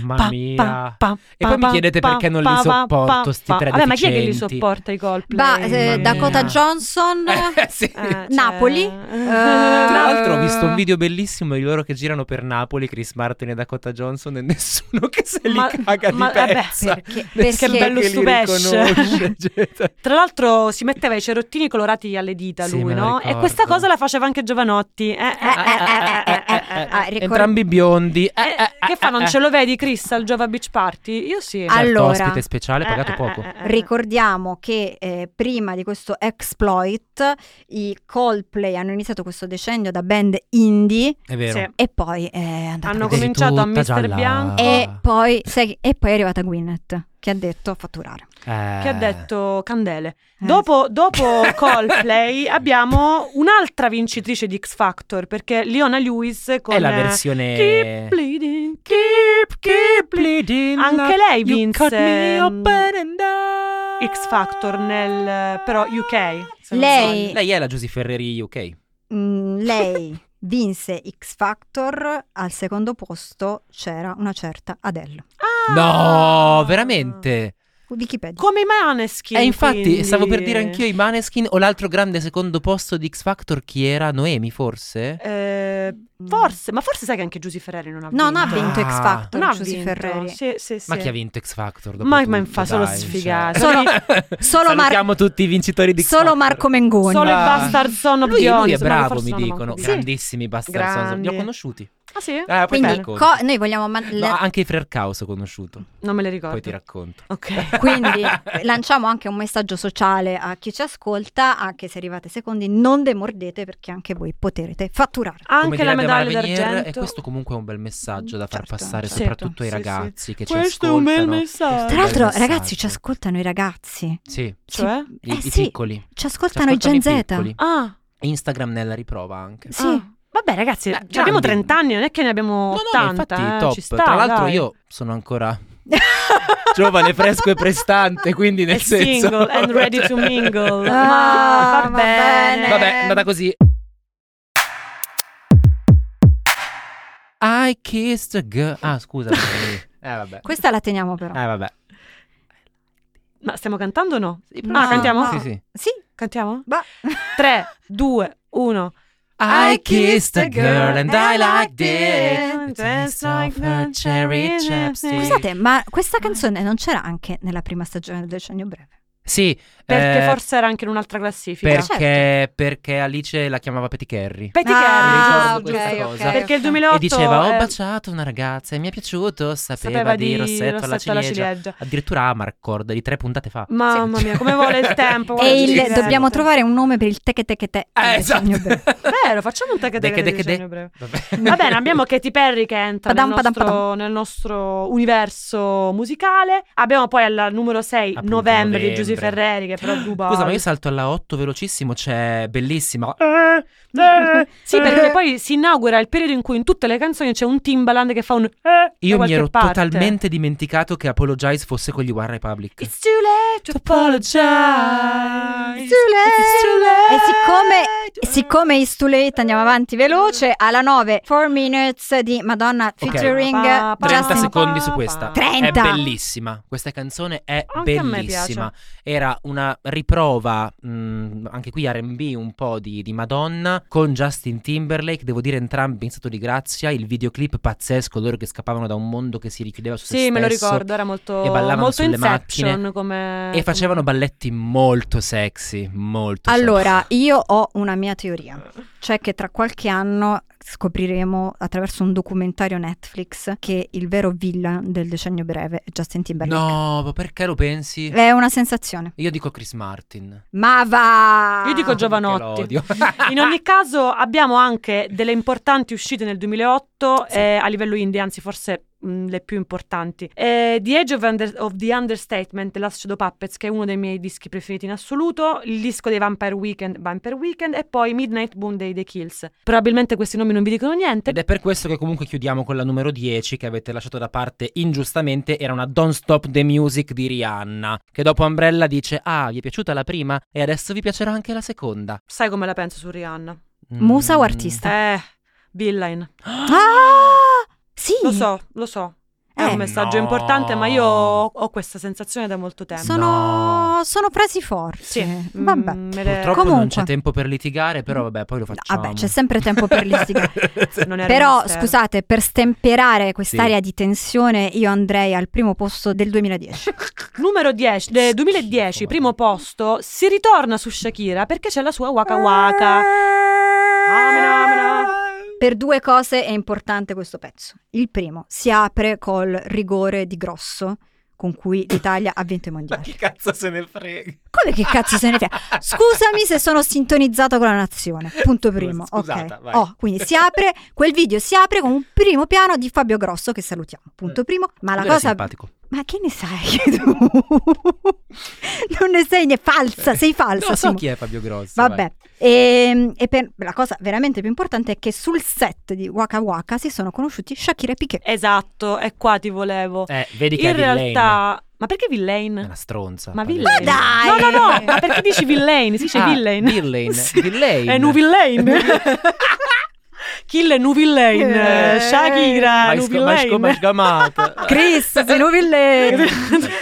Mamma
Pa,
mia.
pa, pa,
E poi mi
pa,
chiedete
pa,
perché non li
pa, pa,
sopporto,
pa,
sti
pa. Vabbè, ma chi è che li
predeficienti?
sopporta i
Ba-
Coldplay?
eh,
Mamma
Dakota
mia.
Johnson.
Eh, sì.
Eh, cioè-
Napoli?
Tra
Eh,
l'altro ho visto un video bellissimo di loro che girano per Napoli, Chris Martin e Dakota Johnson e nessuno che se li
Ma-
caga di
ma- eh vabbè,
pezza.
Perché,
Nessuno
Che
perché
bello
che li
stupesce.
riconosce, cioè.
Tra l'altro si metteva i cerottini colorati alle dita
Sì,
lui,
me lo
no? E
ricordo.
questa cosa la faceva anche Giovanotti. Eh, eh, eh, eh, eh, eh, eh, eh.
Ah, ricordo-
Entrambi biondi. Eh,
Eh,
eh, eh,
che fa? Non
eh,
ce
eh.
lo vedi Chris al Giova Beach Party? Io sì.
Ah,
Certo,
Allora.
ospite speciale, pagato
Eh, eh,
poco.
eh, eh, eh.
Ricordiamo che eh, prima di questo exploit i Coldplay hanno iniziato questo decennio da band indie
È vero.
eh, Sì.
e poi è andata
Hanno
così.
Vedi,
cominciato a
tutta
Mr.
gialla. Eh.
Bianco.
Ah.
e, poi, sai che- e poi è arrivata Gwyneth che ha detto fatturare.
Eh.
che ha detto Candele.
Eh,
Dopo, dopo Coldplay abbiamo un'altra vincitrice di X Factor perché Leona Lewis con
È la
eh,
versione...
Keep Bleeding.
Keep, keep bleeding
Anche
love.
lei
You
vinse,
cut me
mm,
open and down.
X Factor nel, però, UK, se non
Lei- sbaglio.
Lei è la Giusy Ferreri UK.
mm, lei vinse X Factor, al secondo posto c'era una certa Adele.
Ah!
No, veramente.
Wikipedia.
Come i Maneskin.
E infatti,
quindi.
stavo per dire anch'io i Maneskin o l'altro grande secondo posto di X Factor chi era? Noemi forse?
Eh, forse, ma forse sai che anche Giusy Ferreri non ha vinto.
No, Mm. non ha vinto X
Ah.
Factor,
Non ha
Giusy
vinto.
Ferreri.
Sì, sì, sì.
Ma chi ha vinto X Factor? dopo
Ma- ma
tutto,
infatti, sono
dai,
sfigati.
cioè.
Solo- solo Mar-
Salutiamo tutti i vincitori di X
Solo
Factor.
Marco Mengoni.
Solo i
Ah.
Bastard Son of
Lui,
the
lui è
Onions, ma
bravo,
forse
mi
non hanno
dicono.
manco vinto.
Grandissimi Bastard Sons. Li ho
Grandi.
conosciuti.
Ah sì?
Eh, poi ti
Quindi
racconto.
co- noi vogliamo man-
No,
le-
anche i Frercaus ho conosciuto.
Non me le ricordo.
Poi ti racconto.
ok.
Quindi lanciamo anche un messaggio sociale a chi ci ascolta, anche se arrivate secondi, non demordete perché anche voi potrete fatturare.
Come
Anche la
direbbe Mara
medaglia
Venier,
d'argento.
E questo comunque è un bel messaggio da far
Certo,
passare
certo.
soprattutto ai
Sì, sì.
ragazzi che ci
Questo è
ascoltano.
un bel messaggio.
Tra
Bel
l'altro,
messaggio.
ragazzi, ci ascoltano i ragazzi.
Sì,
Cioè?
i,
Eh
i
sì,
piccoli.
ci
Ci
ascoltano, i Gen Z.
piccoli.
Ah,
Instagram nella riprova anche.
Sì.
ah. Vabbè ragazzi,
Beh,
cioè, abbiamo
grandi.
30 anni, non è che ne abbiamo
No, no, ma
80,
infatti
eh,
top.
ci sta,
Tra l'altro
dai.
io sono ancora giovane, fresco e prestante, quindi nel
E
senso... cioè,
single and ready to mingle.
Ah, va
Ma va
bene.
bene.
Vabbè, è andata così. I kissed a girl. Ah, scusa. eh vabbè.
Questa la teniamo però.
Eh vabbè.
Ma stiamo cantando o no?
però
ah,
sì.
cantiamo?
Sì, sì.
Sì,
Cantiamo?
va.
3, 2, 1.
I kissed a girl and I liked it. The taste of her cherry chapstick.
Scusate, ma questa canzone non c'era anche nella prima stagione del decennio breve?
Sì,
Perché
eh,
forse era anche in un'altra classifica.
perché,
Certo.
perché Alice la chiamava Petty Carry.
Petty
Ah,
Carey,
ricordo
giusto,
questa
giusto.
cosa.
Perché il
ok.
2008
E diceva, ho
eh,
baciato una ragazza e mi è piaciuto, sapeva,
sapeva
di rossetto, alla
Rossetto alla
ciliegia. Addirittura Amarcord di tre puntate fa.
Mamma mia, come vuole il tempo. guarda,
E il-
gente.
dobbiamo trovare un nome per il teche teche te.
Eh,
del
esatto.
decennio breve.
Vero, facciamo un tag
Deche,
tag
deche,
di
de-
genio breve.
Vabbè.
Va bene, abbiamo Katy Perry che entra
Padam,
nel,
padam,
nostro,
padam.
nel nostro universo musicale. Abbiamo poi al numero 6
Appunto,
novembre, di
novembre.
Giuseppe Ferreri che però ruba.
Scusa, ma io salto alla 8 velocissimo, c'è Eh. bellissima.
Eh,
Eh.
Sì, perché poi si inaugura il periodo in cui in tutte le canzoni c'è un Timbaland che fa un eh da
Io mi
qualche
ero
parte.
totalmente dimenticato che Apologize fosse con gli One Republic.
It's too late to apologize.
It's too late.
It's too late.
E siccome, siccome is too late andiamo avanti veloce, alla 9, 4 minutes di Madonna featuring
Pa, pa, pa,
Justin.
30 secondi su questa.
30.
È bellissima. Questa canzone è
Anche a me
bellissima. Era una riprova, mh, anche qui RB un po' di, di Madonna, con Justin Timberlake. Devo dire, entrambi in stato di grazia. Il videoclip pazzesco, loro che scappavano da un mondo che si richiudeva su se
Sì, me lo
stesso.
ricordo, era molto,
e ballavano
molto
sulle
Inception
macchine.
come...
E facevano balletti molto sexy, molto
Allora, io ho una mia teoria, cioè che tra qualche anno scopriremo attraverso un documentario Netflix che il vero villain del decennio breve è Justin
sexy.
Timberlake.
No, ma perché lo pensi?
È una sensazione.
Io dico Chris Martin. Ah,
Ma va!
Io dico Giovanni. Giovanotti.
Che lo odio.
In ogni caso abbiamo anche delle importanti uscite nel 2008 eh, a livello indie, anzi forse mh, le più importanti. Eh, the Age of, Under- of the Understatement, The Last Shadow Puppets, che è uno dei miei dischi preferiti in assoluto, il disco dei Vampire Weekend, Vampire Weekend e poi Midnight Boom dei The Kills. Probabilmente questi nomi non vi dicono niente.
Ed è per questo che comunque chiudiamo con la numero 10 che avete lasciato da parte ingiustamente, era una Don't Stop the Music di Rihanna, che dopo Umbrella dice "Ah, vi è piaciuta la prima e adesso vi piacerà anche la seconda".
Eh,
Sai come la penso su Rihanna?
Musa o artista?
Eh, Beeline.
Ah! Sì!
Lo so, lo so. È
Eh.
Eh,
un messaggio
no.
importante, ma io ho questa sensazione da molto tempo.
Sono,
No.
sono presi forti.
Sì, mm,
Vabbè.
me le-
Purtroppo non
Comunque.
c'è tempo per litigare, però vabbè, poi lo facciamo.
Vabbè, c'è sempre tempo per litigare.
non era un
Però
mistero.
scusate, per stemperare quest'area
Sì.
di tensione, io andrei al primo posto del 2010.
Numero 10, del 2010,
Schifo,
primo
vabbè.
posto, si ritorna su Shakira perché c'è la sua Waka Waka. Amina, amina.
Per due cose è importante questo pezzo. Il primo, si apre col rigore di grosso con cui l'Italia ha vinto i
Ma
mondiali.
chi cazzo se ne frega?
Come che cazzo se ne frega? Scusami se sono sintonizzato con la nazione. Punto primo. Ok.
Scusata, vai.
Oh, quindi si apre, quel video si apre con un primo piano di Fabio Grosso che salutiamo. Punto primo. Ma la
Lui era
cosa
Eh. simpatico.
Ma che ne sai tu? non ne sei ne falsa, sei falsa.
No, so
Simo.
chi è Fabio Grosso. vai.
Vabbè, e, e per- la cosa veramente più importante è che sul set di Waka Waka si sono conosciuti Shakira e Piquet.
Esatto, e qua ti volevo.
Eh, vedi che
In
è Villain.
realtà, ma perché
è
Villain?
una stronza.
Ma
palese.
Villain?
dai!
No, no, no, ma perché dici Villain? Si dice
Ah,
Villain.
Villain.
Sì.
Villain.
È un Villain. Kill Nuvi Lane,
Eh.
Shakira,
Ma
Nuvi
sc- ma sc- ma
Lane.
sgamata.
Chris, sei Nuvi Lane.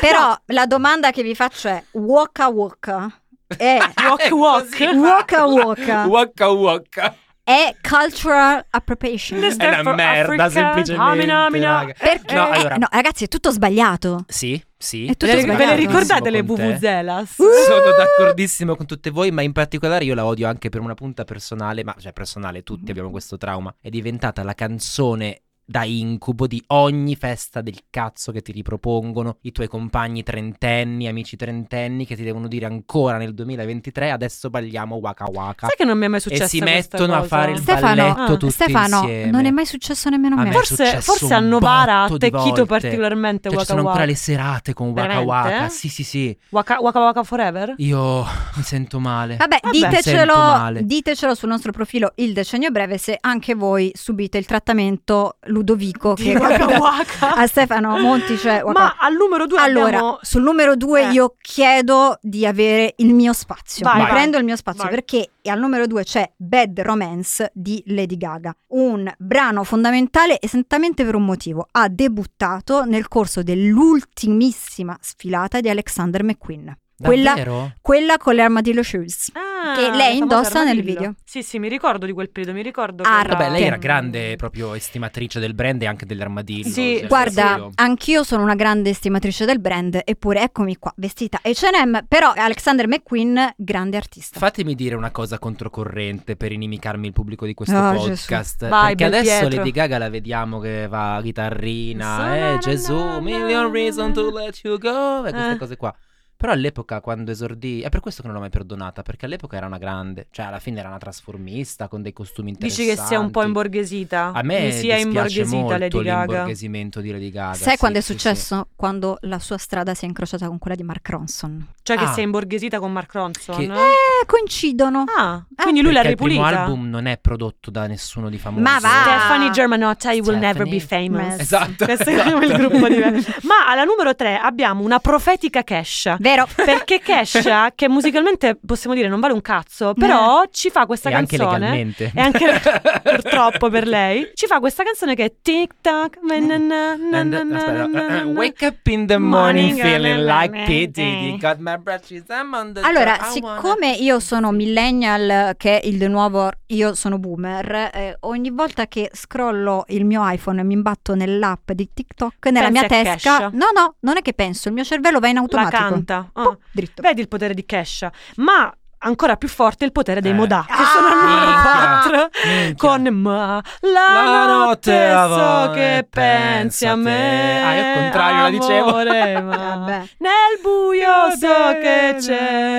Però la domanda che vi faccio è: Waka Waka è,
Walk
Eh,
walk.
così.
Waka Waka.
Waka waka.
è cultural appropriation?
Nel-
È una
Stefano
merda
Africa. Ah,
semplicemente.
Amina, amina.
raga.
Perché?
No, allora.
eh, no, ragazzi, è tutto sbagliato.
Sì, sì.
È tutto
Ve le- Ve le
sbagliato.
ricordate le
Con te.
Vuvuzelas?
Sono d'accordissimo con tutte voi, ma in particolare io la odio anche per una punta personale, ma cioè personale, tutti abbiamo questo trauma. È diventata la canzone da incubo di ogni festa del cazzo che ti ripropongono i tuoi compagni trentenni, amici trentenni che ti devono dire ancora nel 2023 adesso balliamo waka waka.
Sai che non mi è mai successo
E si mettono a fare il
Stefano,
balletto
ah,
tutti
Stefano,
insieme.
non è mai successo nemmeno
A
a me.
me. è
Forse,
Eh, successo
forse
un
a Novara
botto
ha
di
attecchito
volte.
particolarmente
Cioè, ci
Waka
sono ancora
Waka.
le serate con Waka
Veramente?
Waka. Sì, sì, sì.
Waka Waka Waka Forever?
Io mi sento male.
Vabbè,
Vabbè.
Sento
ditecelo,
male.
ditecelo sul nostro profilo Il Decennio Breve se anche voi subite il trattamento Ludovico
Di
che
Waka Waka.
a Stefano Monti. Cioè, Waka-
Ma al numero due
allora,
abbiamo...
sul numero due
Eh.
io chiedo di avere il mio spazio.
Vai,
Mi
vai.
prendo il mio spazio
Vai.
perché al numero due c'è Bad Romance di Lady Gaga, un brano fondamentale esattamente per un motivo. Ha debuttato nel corso dell'ultimissima sfilata di Alexander McQueen, quella-
Davvero?
quella con le armadillo shoes.
Ah,
che lei
la famosa
indossa nel
armadillo.
video.
Sì, sì, mi ricordo di quel periodo, mi ricordo che
Arte.
Vabbè, lei era
Che-
grande proprio estimatrice del brand e anche dell'armadillo.
Sì,
cioè,
Guarda,
proprio-
anch'io sono una grande estimatrice del brand, eppure eccomi qua, vestita H&M, però Alexander McQueen, grande artista.
Fatemi dire una cosa controcorrente per inimicarmi il pubblico di questo
Oh,
podcast.
Gesù. Vai,
perché
bel
adesso
Pietro.
Lady Gaga la vediamo che va a
Sa-
chitarrina.
na-
Eh,
na-
Gesù,
na-
million reason to
na-
let you go. E queste
Eh.
cose qua. Però all'epoca quando esordì, è per questo che non l'ho mai perdonata, perché all'epoca era una grande, cioè alla fine era una trasformista con dei costumi
Dici
interessanti.
che sia un po' imborghesita.
A me
Mi sia
dispiace
imborghesita
molto
Lady Gaga.
l'imborghesimento di Lady Gaga.
Sai
sì,
quando è
sì, sì.
successo? Quando la sua strada si è incrociata con quella di Mark Ronson.
Cioè che
Ah.
sia imborghesita con Mark Ronson.
Che-
Eh, coincidono.
Ah, quindi lui l'ha
Perché Il primo
ripulita.
album non è prodotto da nessuno di famoso.
Ma va!
Stephanie Germanotta, You Will
Stephanie.
Never Be Famous.
Ah. Mess.
Esatto.
Questo è
esatto.
il gruppo di Ma alla numero 3 abbiamo una profetica Kesha.
Vero?
Perché Kesha, che musicalmente possiamo dire non vale un cazzo, però ci fa questa
Eh. E anche
canzone.
legalmente.
E anche purtroppo per lei. Ci fa questa canzone che è Tic Tac. na na na na
And-
na na
Eh, aspetta,
na
eh,
na.
wake up in the morning
Morning, na,
feeling
na,
like
na,
pity.
na.
Got my breath, she's- I'm on the
Allora,
top, I wanna-
siccome io sono millennial, che è il nuovo io sono boomer, eh, ogni volta che scrollo il mio iPhone e mi imbatto nell'app di TikTok, nella
Pensi
mia
a
testa...
Kesha.
No, no, non è che penso, il mio cervello va in
La
automatico.
canta. Ah.
Pum, dritto.
Vedi il potere di Kesha, ma ancora più forte il potere dei
Eh.
Modà, che
Ah!
sono al numero
Minchia.
4
Minchia.
con ma la,
La notte
notte
avanti,
so che pensi a
pensa
me.
te. Ah, io al contrario la dicevo.
amore, ma
Vabbè.
Nel buio so che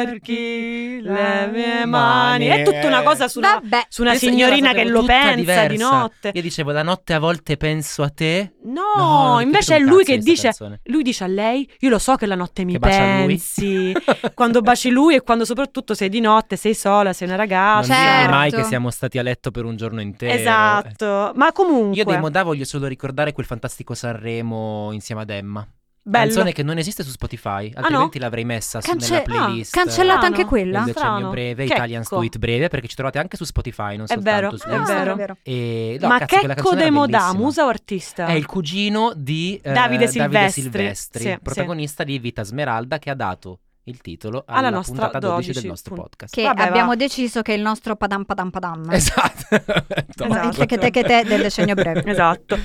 cerchi le mie mani. È tutta una cosa su una,
Vabbè.
su una
Adesso io la
signorina che
sapevo
lo
tutta
pensa di
diversa.
notte.
Io dicevo, la notte a volte penso a te.
No,
No, non ho
invece è
capito un
lui
cazzo
che
di sta
dice
canzone.
lui dice a lei, io lo so che la notte mi
Che bacia lui.
pensi, quando baci lui e quando soprattutto sei di notte, sei sola, sei una
Non
ragazza.
dirmi
Certo.
mai che siamo stati a letto per un giorno intero.
Esatto, ma comunque...
Io dei Modà voglio solo ricordare quel fantastico Sanremo insieme ad Emma.
bello.
Canzone che non esiste su Spotify, altrimenti l'avrei messa su-
Cance-
nella
ah,
playlist.
cancellata anche
Strano.
del
quella?
decennio
Strano.
breve,
Checco.
Italian Stuit breve, perché ci trovate anche su Spotify, non
È
soltanto
Ah,
vero,
su
è
Insta.
vero.
E, no,
ma
cazzo, quella
Checco
canzone
De
era
Modà,
bellissima.
musa o artista?
È il cugino di eh,
Davide
Davide
Silvestri.
Silvestri,
Sì, sì.
protagonista di Vita Smeralda, che ha dato il titolo alla,
Alla nostra
puntata 12 del
12,
nostro
pun-
podcast.
Che
Vabbè, va.
abbiamo deciso che il nostro padam padam padam
Esatto.
Esatto.
Il che te che te del decennio breve.
Esatto.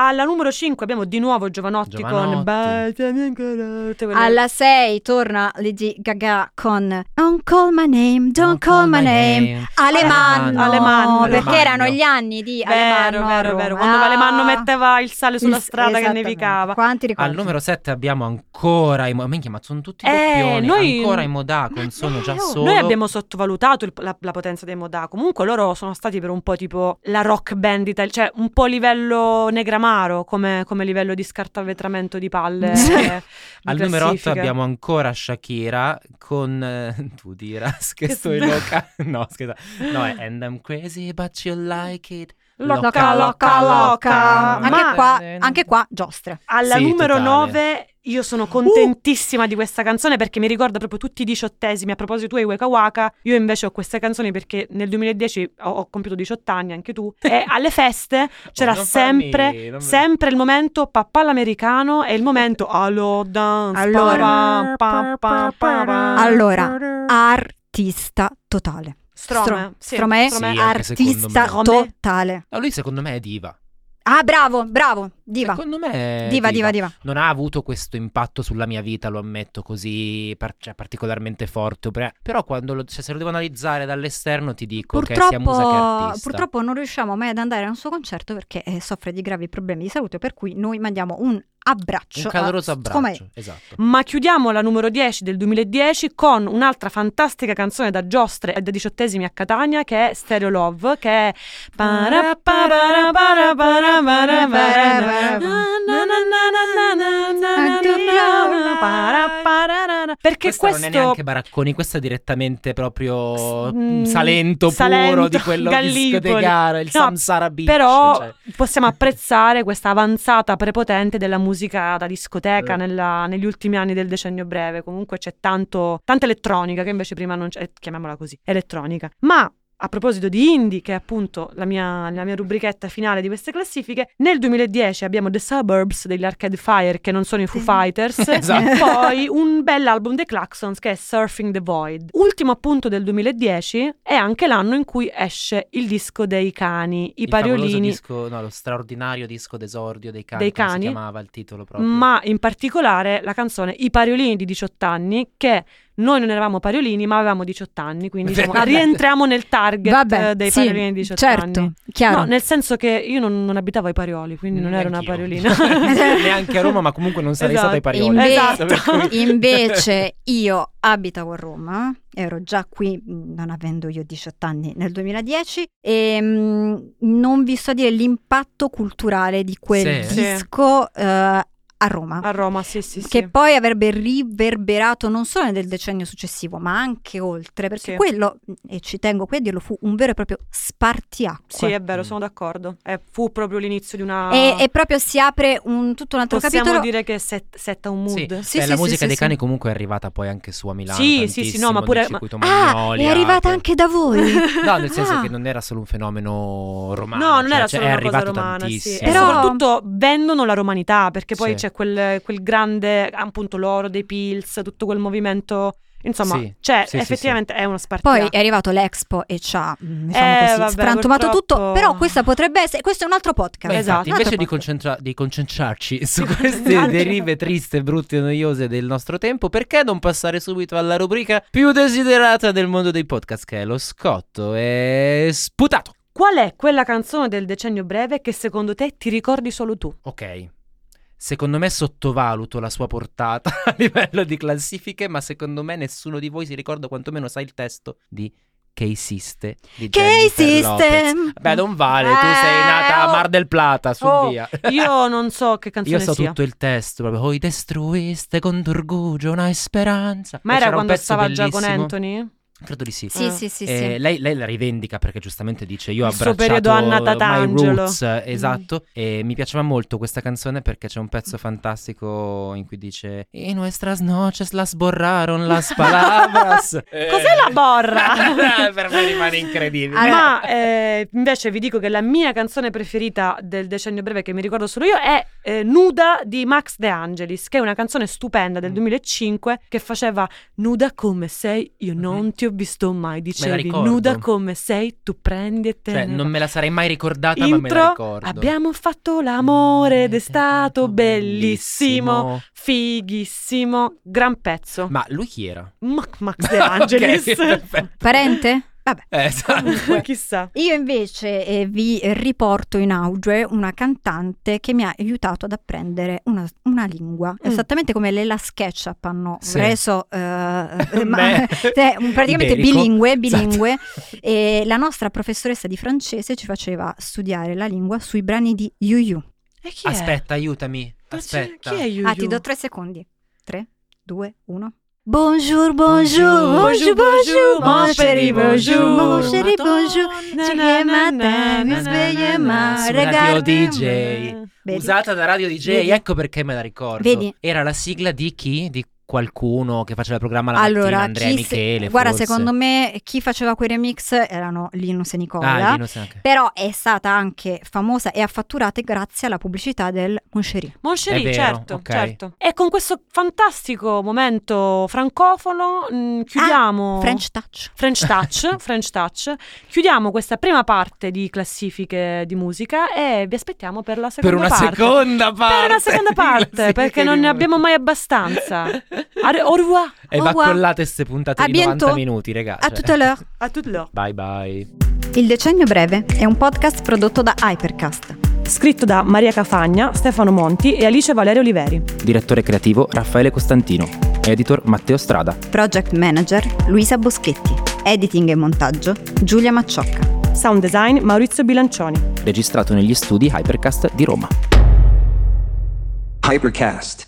Alla numero 5 abbiamo di nuovo Giovanotti,
Giovanotti.
con... Baciami ancora, tutte quelle-
Alla 6 torna Lady Gaga con Don't call my name, don't call my name. Alemanno,
Alemanno.
Alemanno.
perché
Alemanno.
erano gli anni di
Vero,
Alemanno. a
vero,
Roma.
vero. Quando
Ah.
Alemanno metteva il sale sulla
Il-
strada che
esattamente.
nevicava.
Quanti ricordi?
Al numero 7 abbiamo ancora i mo- minchia, ma sono tutti
Eh,
doppioni,
noi-
ancora i modà con sono già
Eh, oh,
solo.
Noi abbiamo sottovalutato il- la, la potenza dei Modà. Comunque loro sono stati per un po' tipo la rock band italiana, cioè un po' livello negramaro come, come livello di scartavetramento di palle.
Sì.
eh, di
Al numero 8
classifica.
abbiamo ancora Shakira con eh, tu dirás che
Che
sto
s-
loca. No, scusa. No, è And I'm crazy but you like it. Loca,
loca, loca.
Anche,
Ma-
qua, anche qua giostra.
Alla
Sì,
numero
totale. Uh!
9 io sono contentissima di questa canzone perché mi ricorda proprio tutti i diciottesimi. A proposito tu hai Waka Waka, io invece ho queste canzoni perché nel 2010 ho, ho compiuto 18 anni, anche tu, e alle feste c'era
Oh, non farmi-
sempre,
non mi-
sempre il momento papà l'americano e il momento allo dance.
Allora.
pa, pa, pa, pa, pa.
Allora, Artista totale.
Strome,
Strom-
sì,
Stromè,
Strome. Sì, anche secondo me.
artista totale.
No, lui secondo me è diva.
Ah, bravo, bravo, diva.
Secondo me è
Diva, diva, diva.
Non ha avuto questo impatto sulla mia vita, lo ammetto, così par- cioè, particolarmente forte. Pre- Però quando lo, cioè, se lo devo analizzare dall'esterno ti dico che sia musa che
Purtroppo,
artista.
purtroppo non riusciamo mai ad andare a un suo concerto perché eh, soffre di gravi problemi di salute, per cui noi mandiamo un abbraccio.
Un caloroso
a- come-
abbraccio. Esatto.
Ma chiudiamo la numero 10 del 2010 con un'altra fantastica canzone da giostre e da diciottesimi a Catania che è Stereo Love, che è... Perché
Questa non è
questo...
neanche Baracconi, questa è direttamente proprio
S- mm,
mm, Salento,
Salento,
puro di quello
Gallipoli.
discodegaro, il
No,
Samsara Beach.
Però
cioè.
possiamo apprezzare questa avanzata prepotente della musica da discoteca
Eh.
nella- negli ultimi anni del decennio breve. Comunque c'è tanto, tanta elettronica che invece prima non c'è, eh, chiamiamola così, elettronica. Ma a proposito di indie, che è appunto la mia, la mia rubrichetta finale di queste classifiche, nel 2010 abbiamo The Suburbs degli Arcade Fire, che non sono i Foo
Sì.
Fighters,
Esatto.
poi un bell'album dei Claxons che è Surfing the Void. Ultimo appunto del 2010 è anche l'anno in cui esce il disco dei cani, i
Il favoloso
pariolini.
disco- no, lo straordinario disco d'esordio dei cani,
Dei
come
cani,
si chiamava il titolo proprio.
ma in particolare la canzone I Pariolini di 18 anni, che noi non eravamo pariolini, ma avevamo 18 anni, quindi diciamo,
Vabbè.
rientriamo nel target
Vabbè,
eh, dei
sì,
pariolini di 18
certo,
anni.
chiaro.
No, nel senso che io non, non abitavo ai parioli, quindi non ero una
Neanch'io.
pariolina.
Neanche a Roma, ma comunque non sarei
Esatto.
stato ai parioli.
Inve-
Esatto.
Per cui- Eh,
Invece io abitavo a Roma, ero già qui mh, non avendo io 18 anni nel 2010 e mh, non vi so dire l'impatto culturale di quel
Sì.
Sì.
disco eh, a Roma.
A Roma, sì, sì, sì.
Che poi avrebbe riverberato non solo nel decennio successivo, ma anche oltre, perché
Sì.
quello, mh, e ci tengo qui a dirlo, fu un vero e proprio spartiacque.
Sì, è vero, sono d'accordo. Eh, fu proprio l'inizio di una...
e, e proprio si apre un, tutto un altro
Possiamo
capitolo.
dire che set- setta un
Sì,
mood.
beh,
sì,
la
sì,
musica
sì,
dei
sì.
cani comunque è arrivata poi anche su a Milano.
Sì, sì, sì, no, ma
tantissimo, nel
pure- ma-
circuito
Ah, è
Magnolia,
arrivata
che-
anche da voi.
No, nel senso
Ah.
che non era solo un fenomeno romano.
No, non
cioè,
era
cioè,
solo
è
una cosa
arrivato
romana, sì.
tantissimo.
E
Però-
soprattutto vendono la romanità, perché poi
Sì.
c'è quel, quel grande, appunto, loro dei Pils, tutto quel movimento. Insomma,
Sì,
cioè,
sì, sì,
effettivamente è una spartita.
Poi è arrivato l'Expo e ci ha mm, diciamo
Eh,
così,
vabbè,
frantumato
purtroppo-
tutto, però questa potrebbe essere, questo è un altro podcast.
Beh,
Esatto.
infatti, invece
Un altro Esatto.
di,
podcast.
concentra- di concentrarci su queste derive triste, brutte e noiose del nostro tempo, perché non passare subito alla rubrica più desiderata del mondo dei podcast, che è lo scotto e sputato?
Qual è quella canzone del decennio breve che secondo te ti ricordi solo tu?
Ok. Secondo me sottovaluto la sua portata a livello di classifiche, ma secondo me nessuno di voi si ricorda quantomeno sa il testo di Che esiste di
Che
Jennifer
esiste?
Lopez. Beh, non vale, tu sei
Eh,
nata
oh.
a Mar del Plata, su
Oh,
via.
Io non so che canzone
Io so
sia.
tutto il testo, proprio voi destruiste con orgoglio una speranza.
Ma
E
era
c'era un
quando
pezzo
stava già con
bellissimo.
Anthony?
Credo di sì.
Sì, sì, sì, sì.
Eh, lei, lei la rivendica perché giustamente dice io ho
Il suo
abbracciato
periodo Anna
my
Tatangelo. Mm.
roots, esatto, e mi piaceva molto questa canzone perché c'è un pezzo fantastico in cui dice "Y nuestras noches las borraron las palabras".
Cos'è la borra?
Eh. per me rimane incredibile.
Allora-
Ah, Ma eh, invece vi dico che la mia canzone preferita del decennio breve che mi ricordo solo io è eh, Nuda di Max De Angelis, che è una canzone stupenda del
Mm.
2005 che faceva Nuda come sei, io non ti ho visto mai, dicevi
Mm-hmm. ricordo.
Nuda come sei, tu prendi e te
Cioè,
ne
non
vai".
me la sarei mai ricordata, ma me la
Intro,
ricordo.
abbiamo fatto l'amore ed è stato bellissimo, fighissimo, gran pezzo. Ma-
Ma lui chi era?
Max De Angelis.
Ok, perfetto.
Parente? Vabbè.
Eh, esatto.
Chissà.
Io invece eh, vi riporto in auge una cantante che mi ha aiutato ad apprendere una, una lingua, esattamente come le la SketchUp hanno
Sì.
reso eh, eh, ma-
Beh,
eh, praticamente
iberico.
bilingue,
Esatto.
bilingue e la nostra professoressa di francese ci faceva studiare la lingua sui brani di Yu Yu.
E chi è?
Aspetta, aiutami.
Ma c'è-
Aspetta.
Chi è Yu
Ah, ti
Yu?
do tre secondi. Tre, due, uno. Bonjour, bonjour, bonjour, bonjour, mon chéri, bonjour, mon chéri, bonjour.
Na,
Ci
na, na,
matin,
na,
mi
na,
sveglio,
na,
ma
na.
Radio
regardami.
DJ.
Vedi?
Usata da Radio DJ,
Vedi?
ecco perché me la ricordo.
Vedi?
Era la sigla di chi? Di qualcuno che faceva il programma la mattina,
Allora,
Andrea
chi se-
Michele.
guarda,
forse.
secondo me chi faceva quei remix erano Linus e Nicola.
Ah, Linus anche.
Però è stata anche famosa e ha fatturato grazie alla pubblicità del Moncherie.
Mon Chéri,
È vero,
certo,
ok.
certo. E con questo fantastico momento francofono mh, chiudiamo
Ah, French Touch.
French Touch, French Touch. Chiudiamo questa prima parte di classifiche di musica e vi aspettiamo per la
Per
seconda
una
parte.
seconda parte.
Per una seconda parte, perché non ne abbiamo mai abbastanza. Are- Au revoir.
E
Au
va
revoir.
collate queste puntate
A
di 90
bientôt.
minuti, ragazzi.
Oh, A tutta l'heure.
A tutto l'ora.
Bye bye.
Il Decennio Breve è un podcast prodotto da Hypercast.
Scritto da Maria Cafagna, Stefano Monti e Alice Valerio Oliveri.
Direttore creativo Raffaele Costantino. Editor Matteo Strada.
Project Manager Luisa Boschetti. Editing e montaggio Giulia Macciocca.
Sound design Maurizio Bilancioni.
Registrato negli studi Hypercast di Roma.
Hypercast.